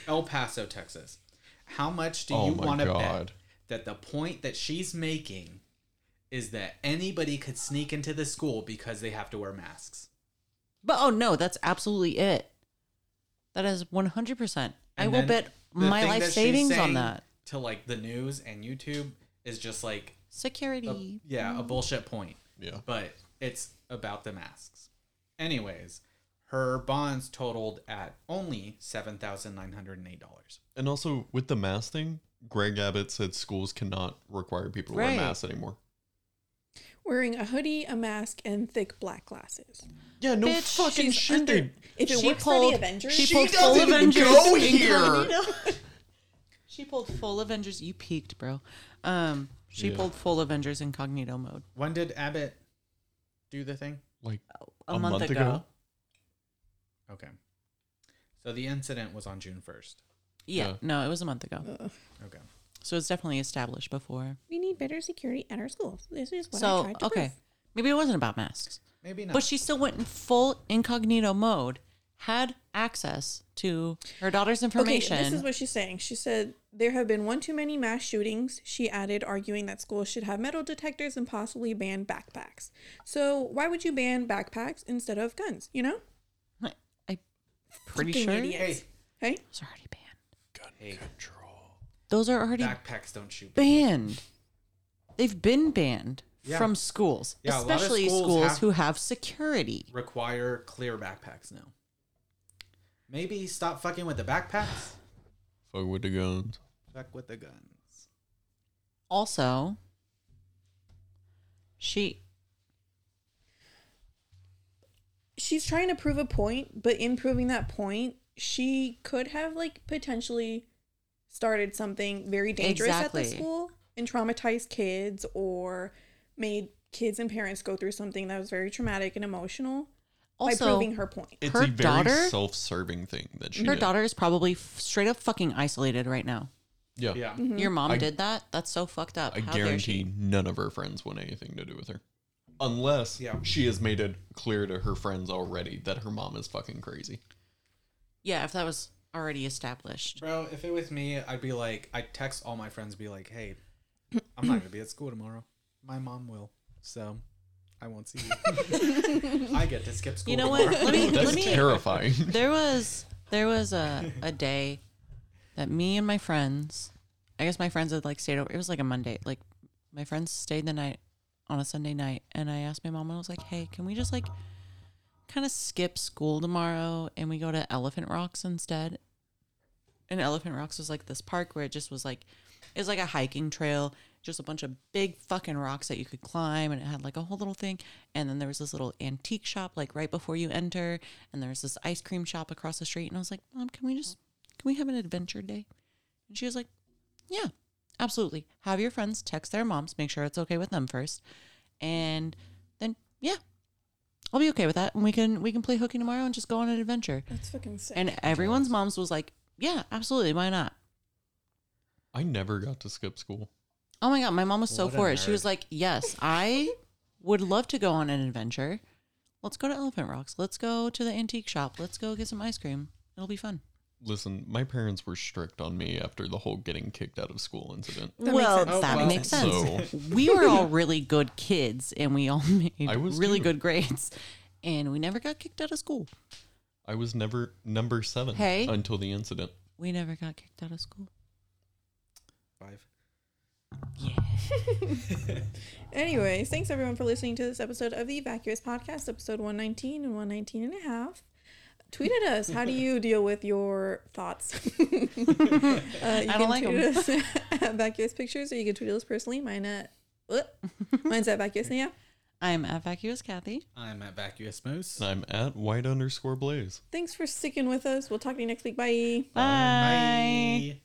F: El Paso, Texas. How much do
G: Oh
F: you
G: my
F: want to bet
G: God.
F: that the point that she's making is that anybody could sneak into the school because they have to wear masks?
E: But oh no, that's absolutely it. That is one hundred percent. I
F: And
E: will
F: then
E: bet
F: the
E: my
F: thing that
E: life
F: she's
E: savings on
F: saying
E: that
F: To like the news and YouTube is just like,
E: security.
F: a- Oh, yeah, a bullshit point.
G: Yeah.
F: But it's about the masks. Anyways, her bonds totaled at only $7,908.
G: And also with the mask thing, Greg Abbott said schools cannot require people to
E: Right.
G: wear masks anymore.
D: Wearing a hoodie, a mask, and thick black glasses.
G: Yeah, no
E: Bitch,
G: fucking
D: She's
G: shit.
D: under-
G: They,
D: if it
E: she
D: works for
E: pulled-
D: the Avengers,
E: she
G: she
E: pulled full
G: doesn't even
E: Avengers
G: go
E: incognito.
G: here.
E: She pulled full Avengers. You peaked, bro. Um, she
G: Yeah.
E: pulled full Avengers incognito mode
F: When did Abbott do the thing?
G: like
E: a, month, ago.
F: Okay. So the incident was on June 1st.
E: Yeah,
G: Yeah.
E: no, it was a month ago.
F: Okay.
E: So it's definitely established before.
D: we need better security at our schools. This is what I
E: so
D: tried to
E: okay,
D: prove.
E: maybe it wasn't about masks.
F: Maybe not.
E: But she still went in full incognito mode, had access to her daughter's information.
D: Okay, this is what she's saying. She said there have been one too many mass shootings. She added, arguing that schools should have metal detectors and possibly ban backpacks. So why would you ban backpacks instead of guns? You know,
E: I'm pretty
D: Fucking
E: sure
D: idiot.
F: hey,
D: hey,
E: those are already banned.
F: hey,
E: Those are already
F: backpacks don't shoot.
E: banned. They've been banned
F: Yeah.
E: from schools,
F: Yeah, a lot of
E: especially
F: schools
E: schools,
F: have-
E: who have security.
F: Require clear backpacks now. Maybe stop fucking with the backpacks.
G: fuck with the guns.
F: Fuck with the guns.
E: Also, she
D: she's trying to prove a point, but in proving that point, she could have like potentially started something very dangerous at the
E: Exactly.
D: school and traumatized kids or made kids and parents go through something that was very traumatic and emotional by
E: also
D: proving her point.
G: It's
E: Her
G: a very
E: daughter-
G: self-serving thing that she
E: her
G: did.
E: daughter is probably f- straight up fucking isolated right now.
G: Yeah.
F: Yeah.
E: Your mom
G: I-
E: did that. That's so fucked up.
G: I
E: How dare she?
G: guarantee none of her friends want anything to do with her. Unless
F: Yeah.
G: she has made it clear to her friends already that her mom is fucking crazy.
E: Yeah, if that was already established.
F: Bro, if it was me, I'd be like, I'd text all my friends, be like, hey, I'm not going to be at school tomorrow. My mom will. So I won't see you. I get to skip school.
E: You know what?
F: tomorrow.
E: Let me
G: That's
E: let me
G: terrifying.
E: there was there was a, a day that me and my friends i guess my friends had like stayed over it was like a monday like my friends stayed the night on a sunday night and i asked my mom and i was like hey can we just like kind of skip school tomorrow and we go to elephant rocks instead and elephant rocks was like this park where it just was like it was like a hiking trail just a bunch of big fucking rocks that you could climb and it had like a whole little thing and then there was this little antique shop like right before you enter and there was this ice cream shop across the street and i was like mom can we just can we have an adventure day and she was like yeah absolutely have your friends text their moms make sure it's okay with them first and then yeah i'll be okay with that and we can we can play hooky tomorrow and just go on an adventure
D: That's fucking sick.
E: and everyone's moms was like yeah absolutely why not
G: I never got to skip school.
E: Oh my god, my mom was so
F: What a
E: for it. She was
F: nerd.
E: like, "Yes, I would love to go on an adventure. Let's go to Elephant Rocks. Let's go to the antique shop. Let's go get some ice cream. It'll be fun.
G: Listen, my parents were strict on me after the whole getting kicked out of school incident.
D: That makes
E: well,
D: sense.
E: that
F: Oh, well.
E: makes sense.
G: So-
E: we were all really good kids, and we all made
G: I was
E: really
G: too.
E: good grades, and we never got kicked out of school.
G: I was never number seven
E: Hey.
G: until the incident.
E: We never got kicked out of school.
F: Five.
E: Yeah.
D: Anyways, thanks everyone for listening to this episode of the Vacuous Podcast, episode 119 and 119 and a half. Tweet at us. How do you deal with your thoughts? uh, you I
E: don't like 'em.
D: us at Vacuous Pictures, or you can tweet us personally. Mine at uh, mine's at Vacuous Nia.
E: I'm at Vacuous Kathy.
F: I'm at vacuous moose.
G: And I'm at white underscore blaze.
D: Thanks for sticking with us. We'll talk to you next week. Bye.
E: Bye.
F: Bye.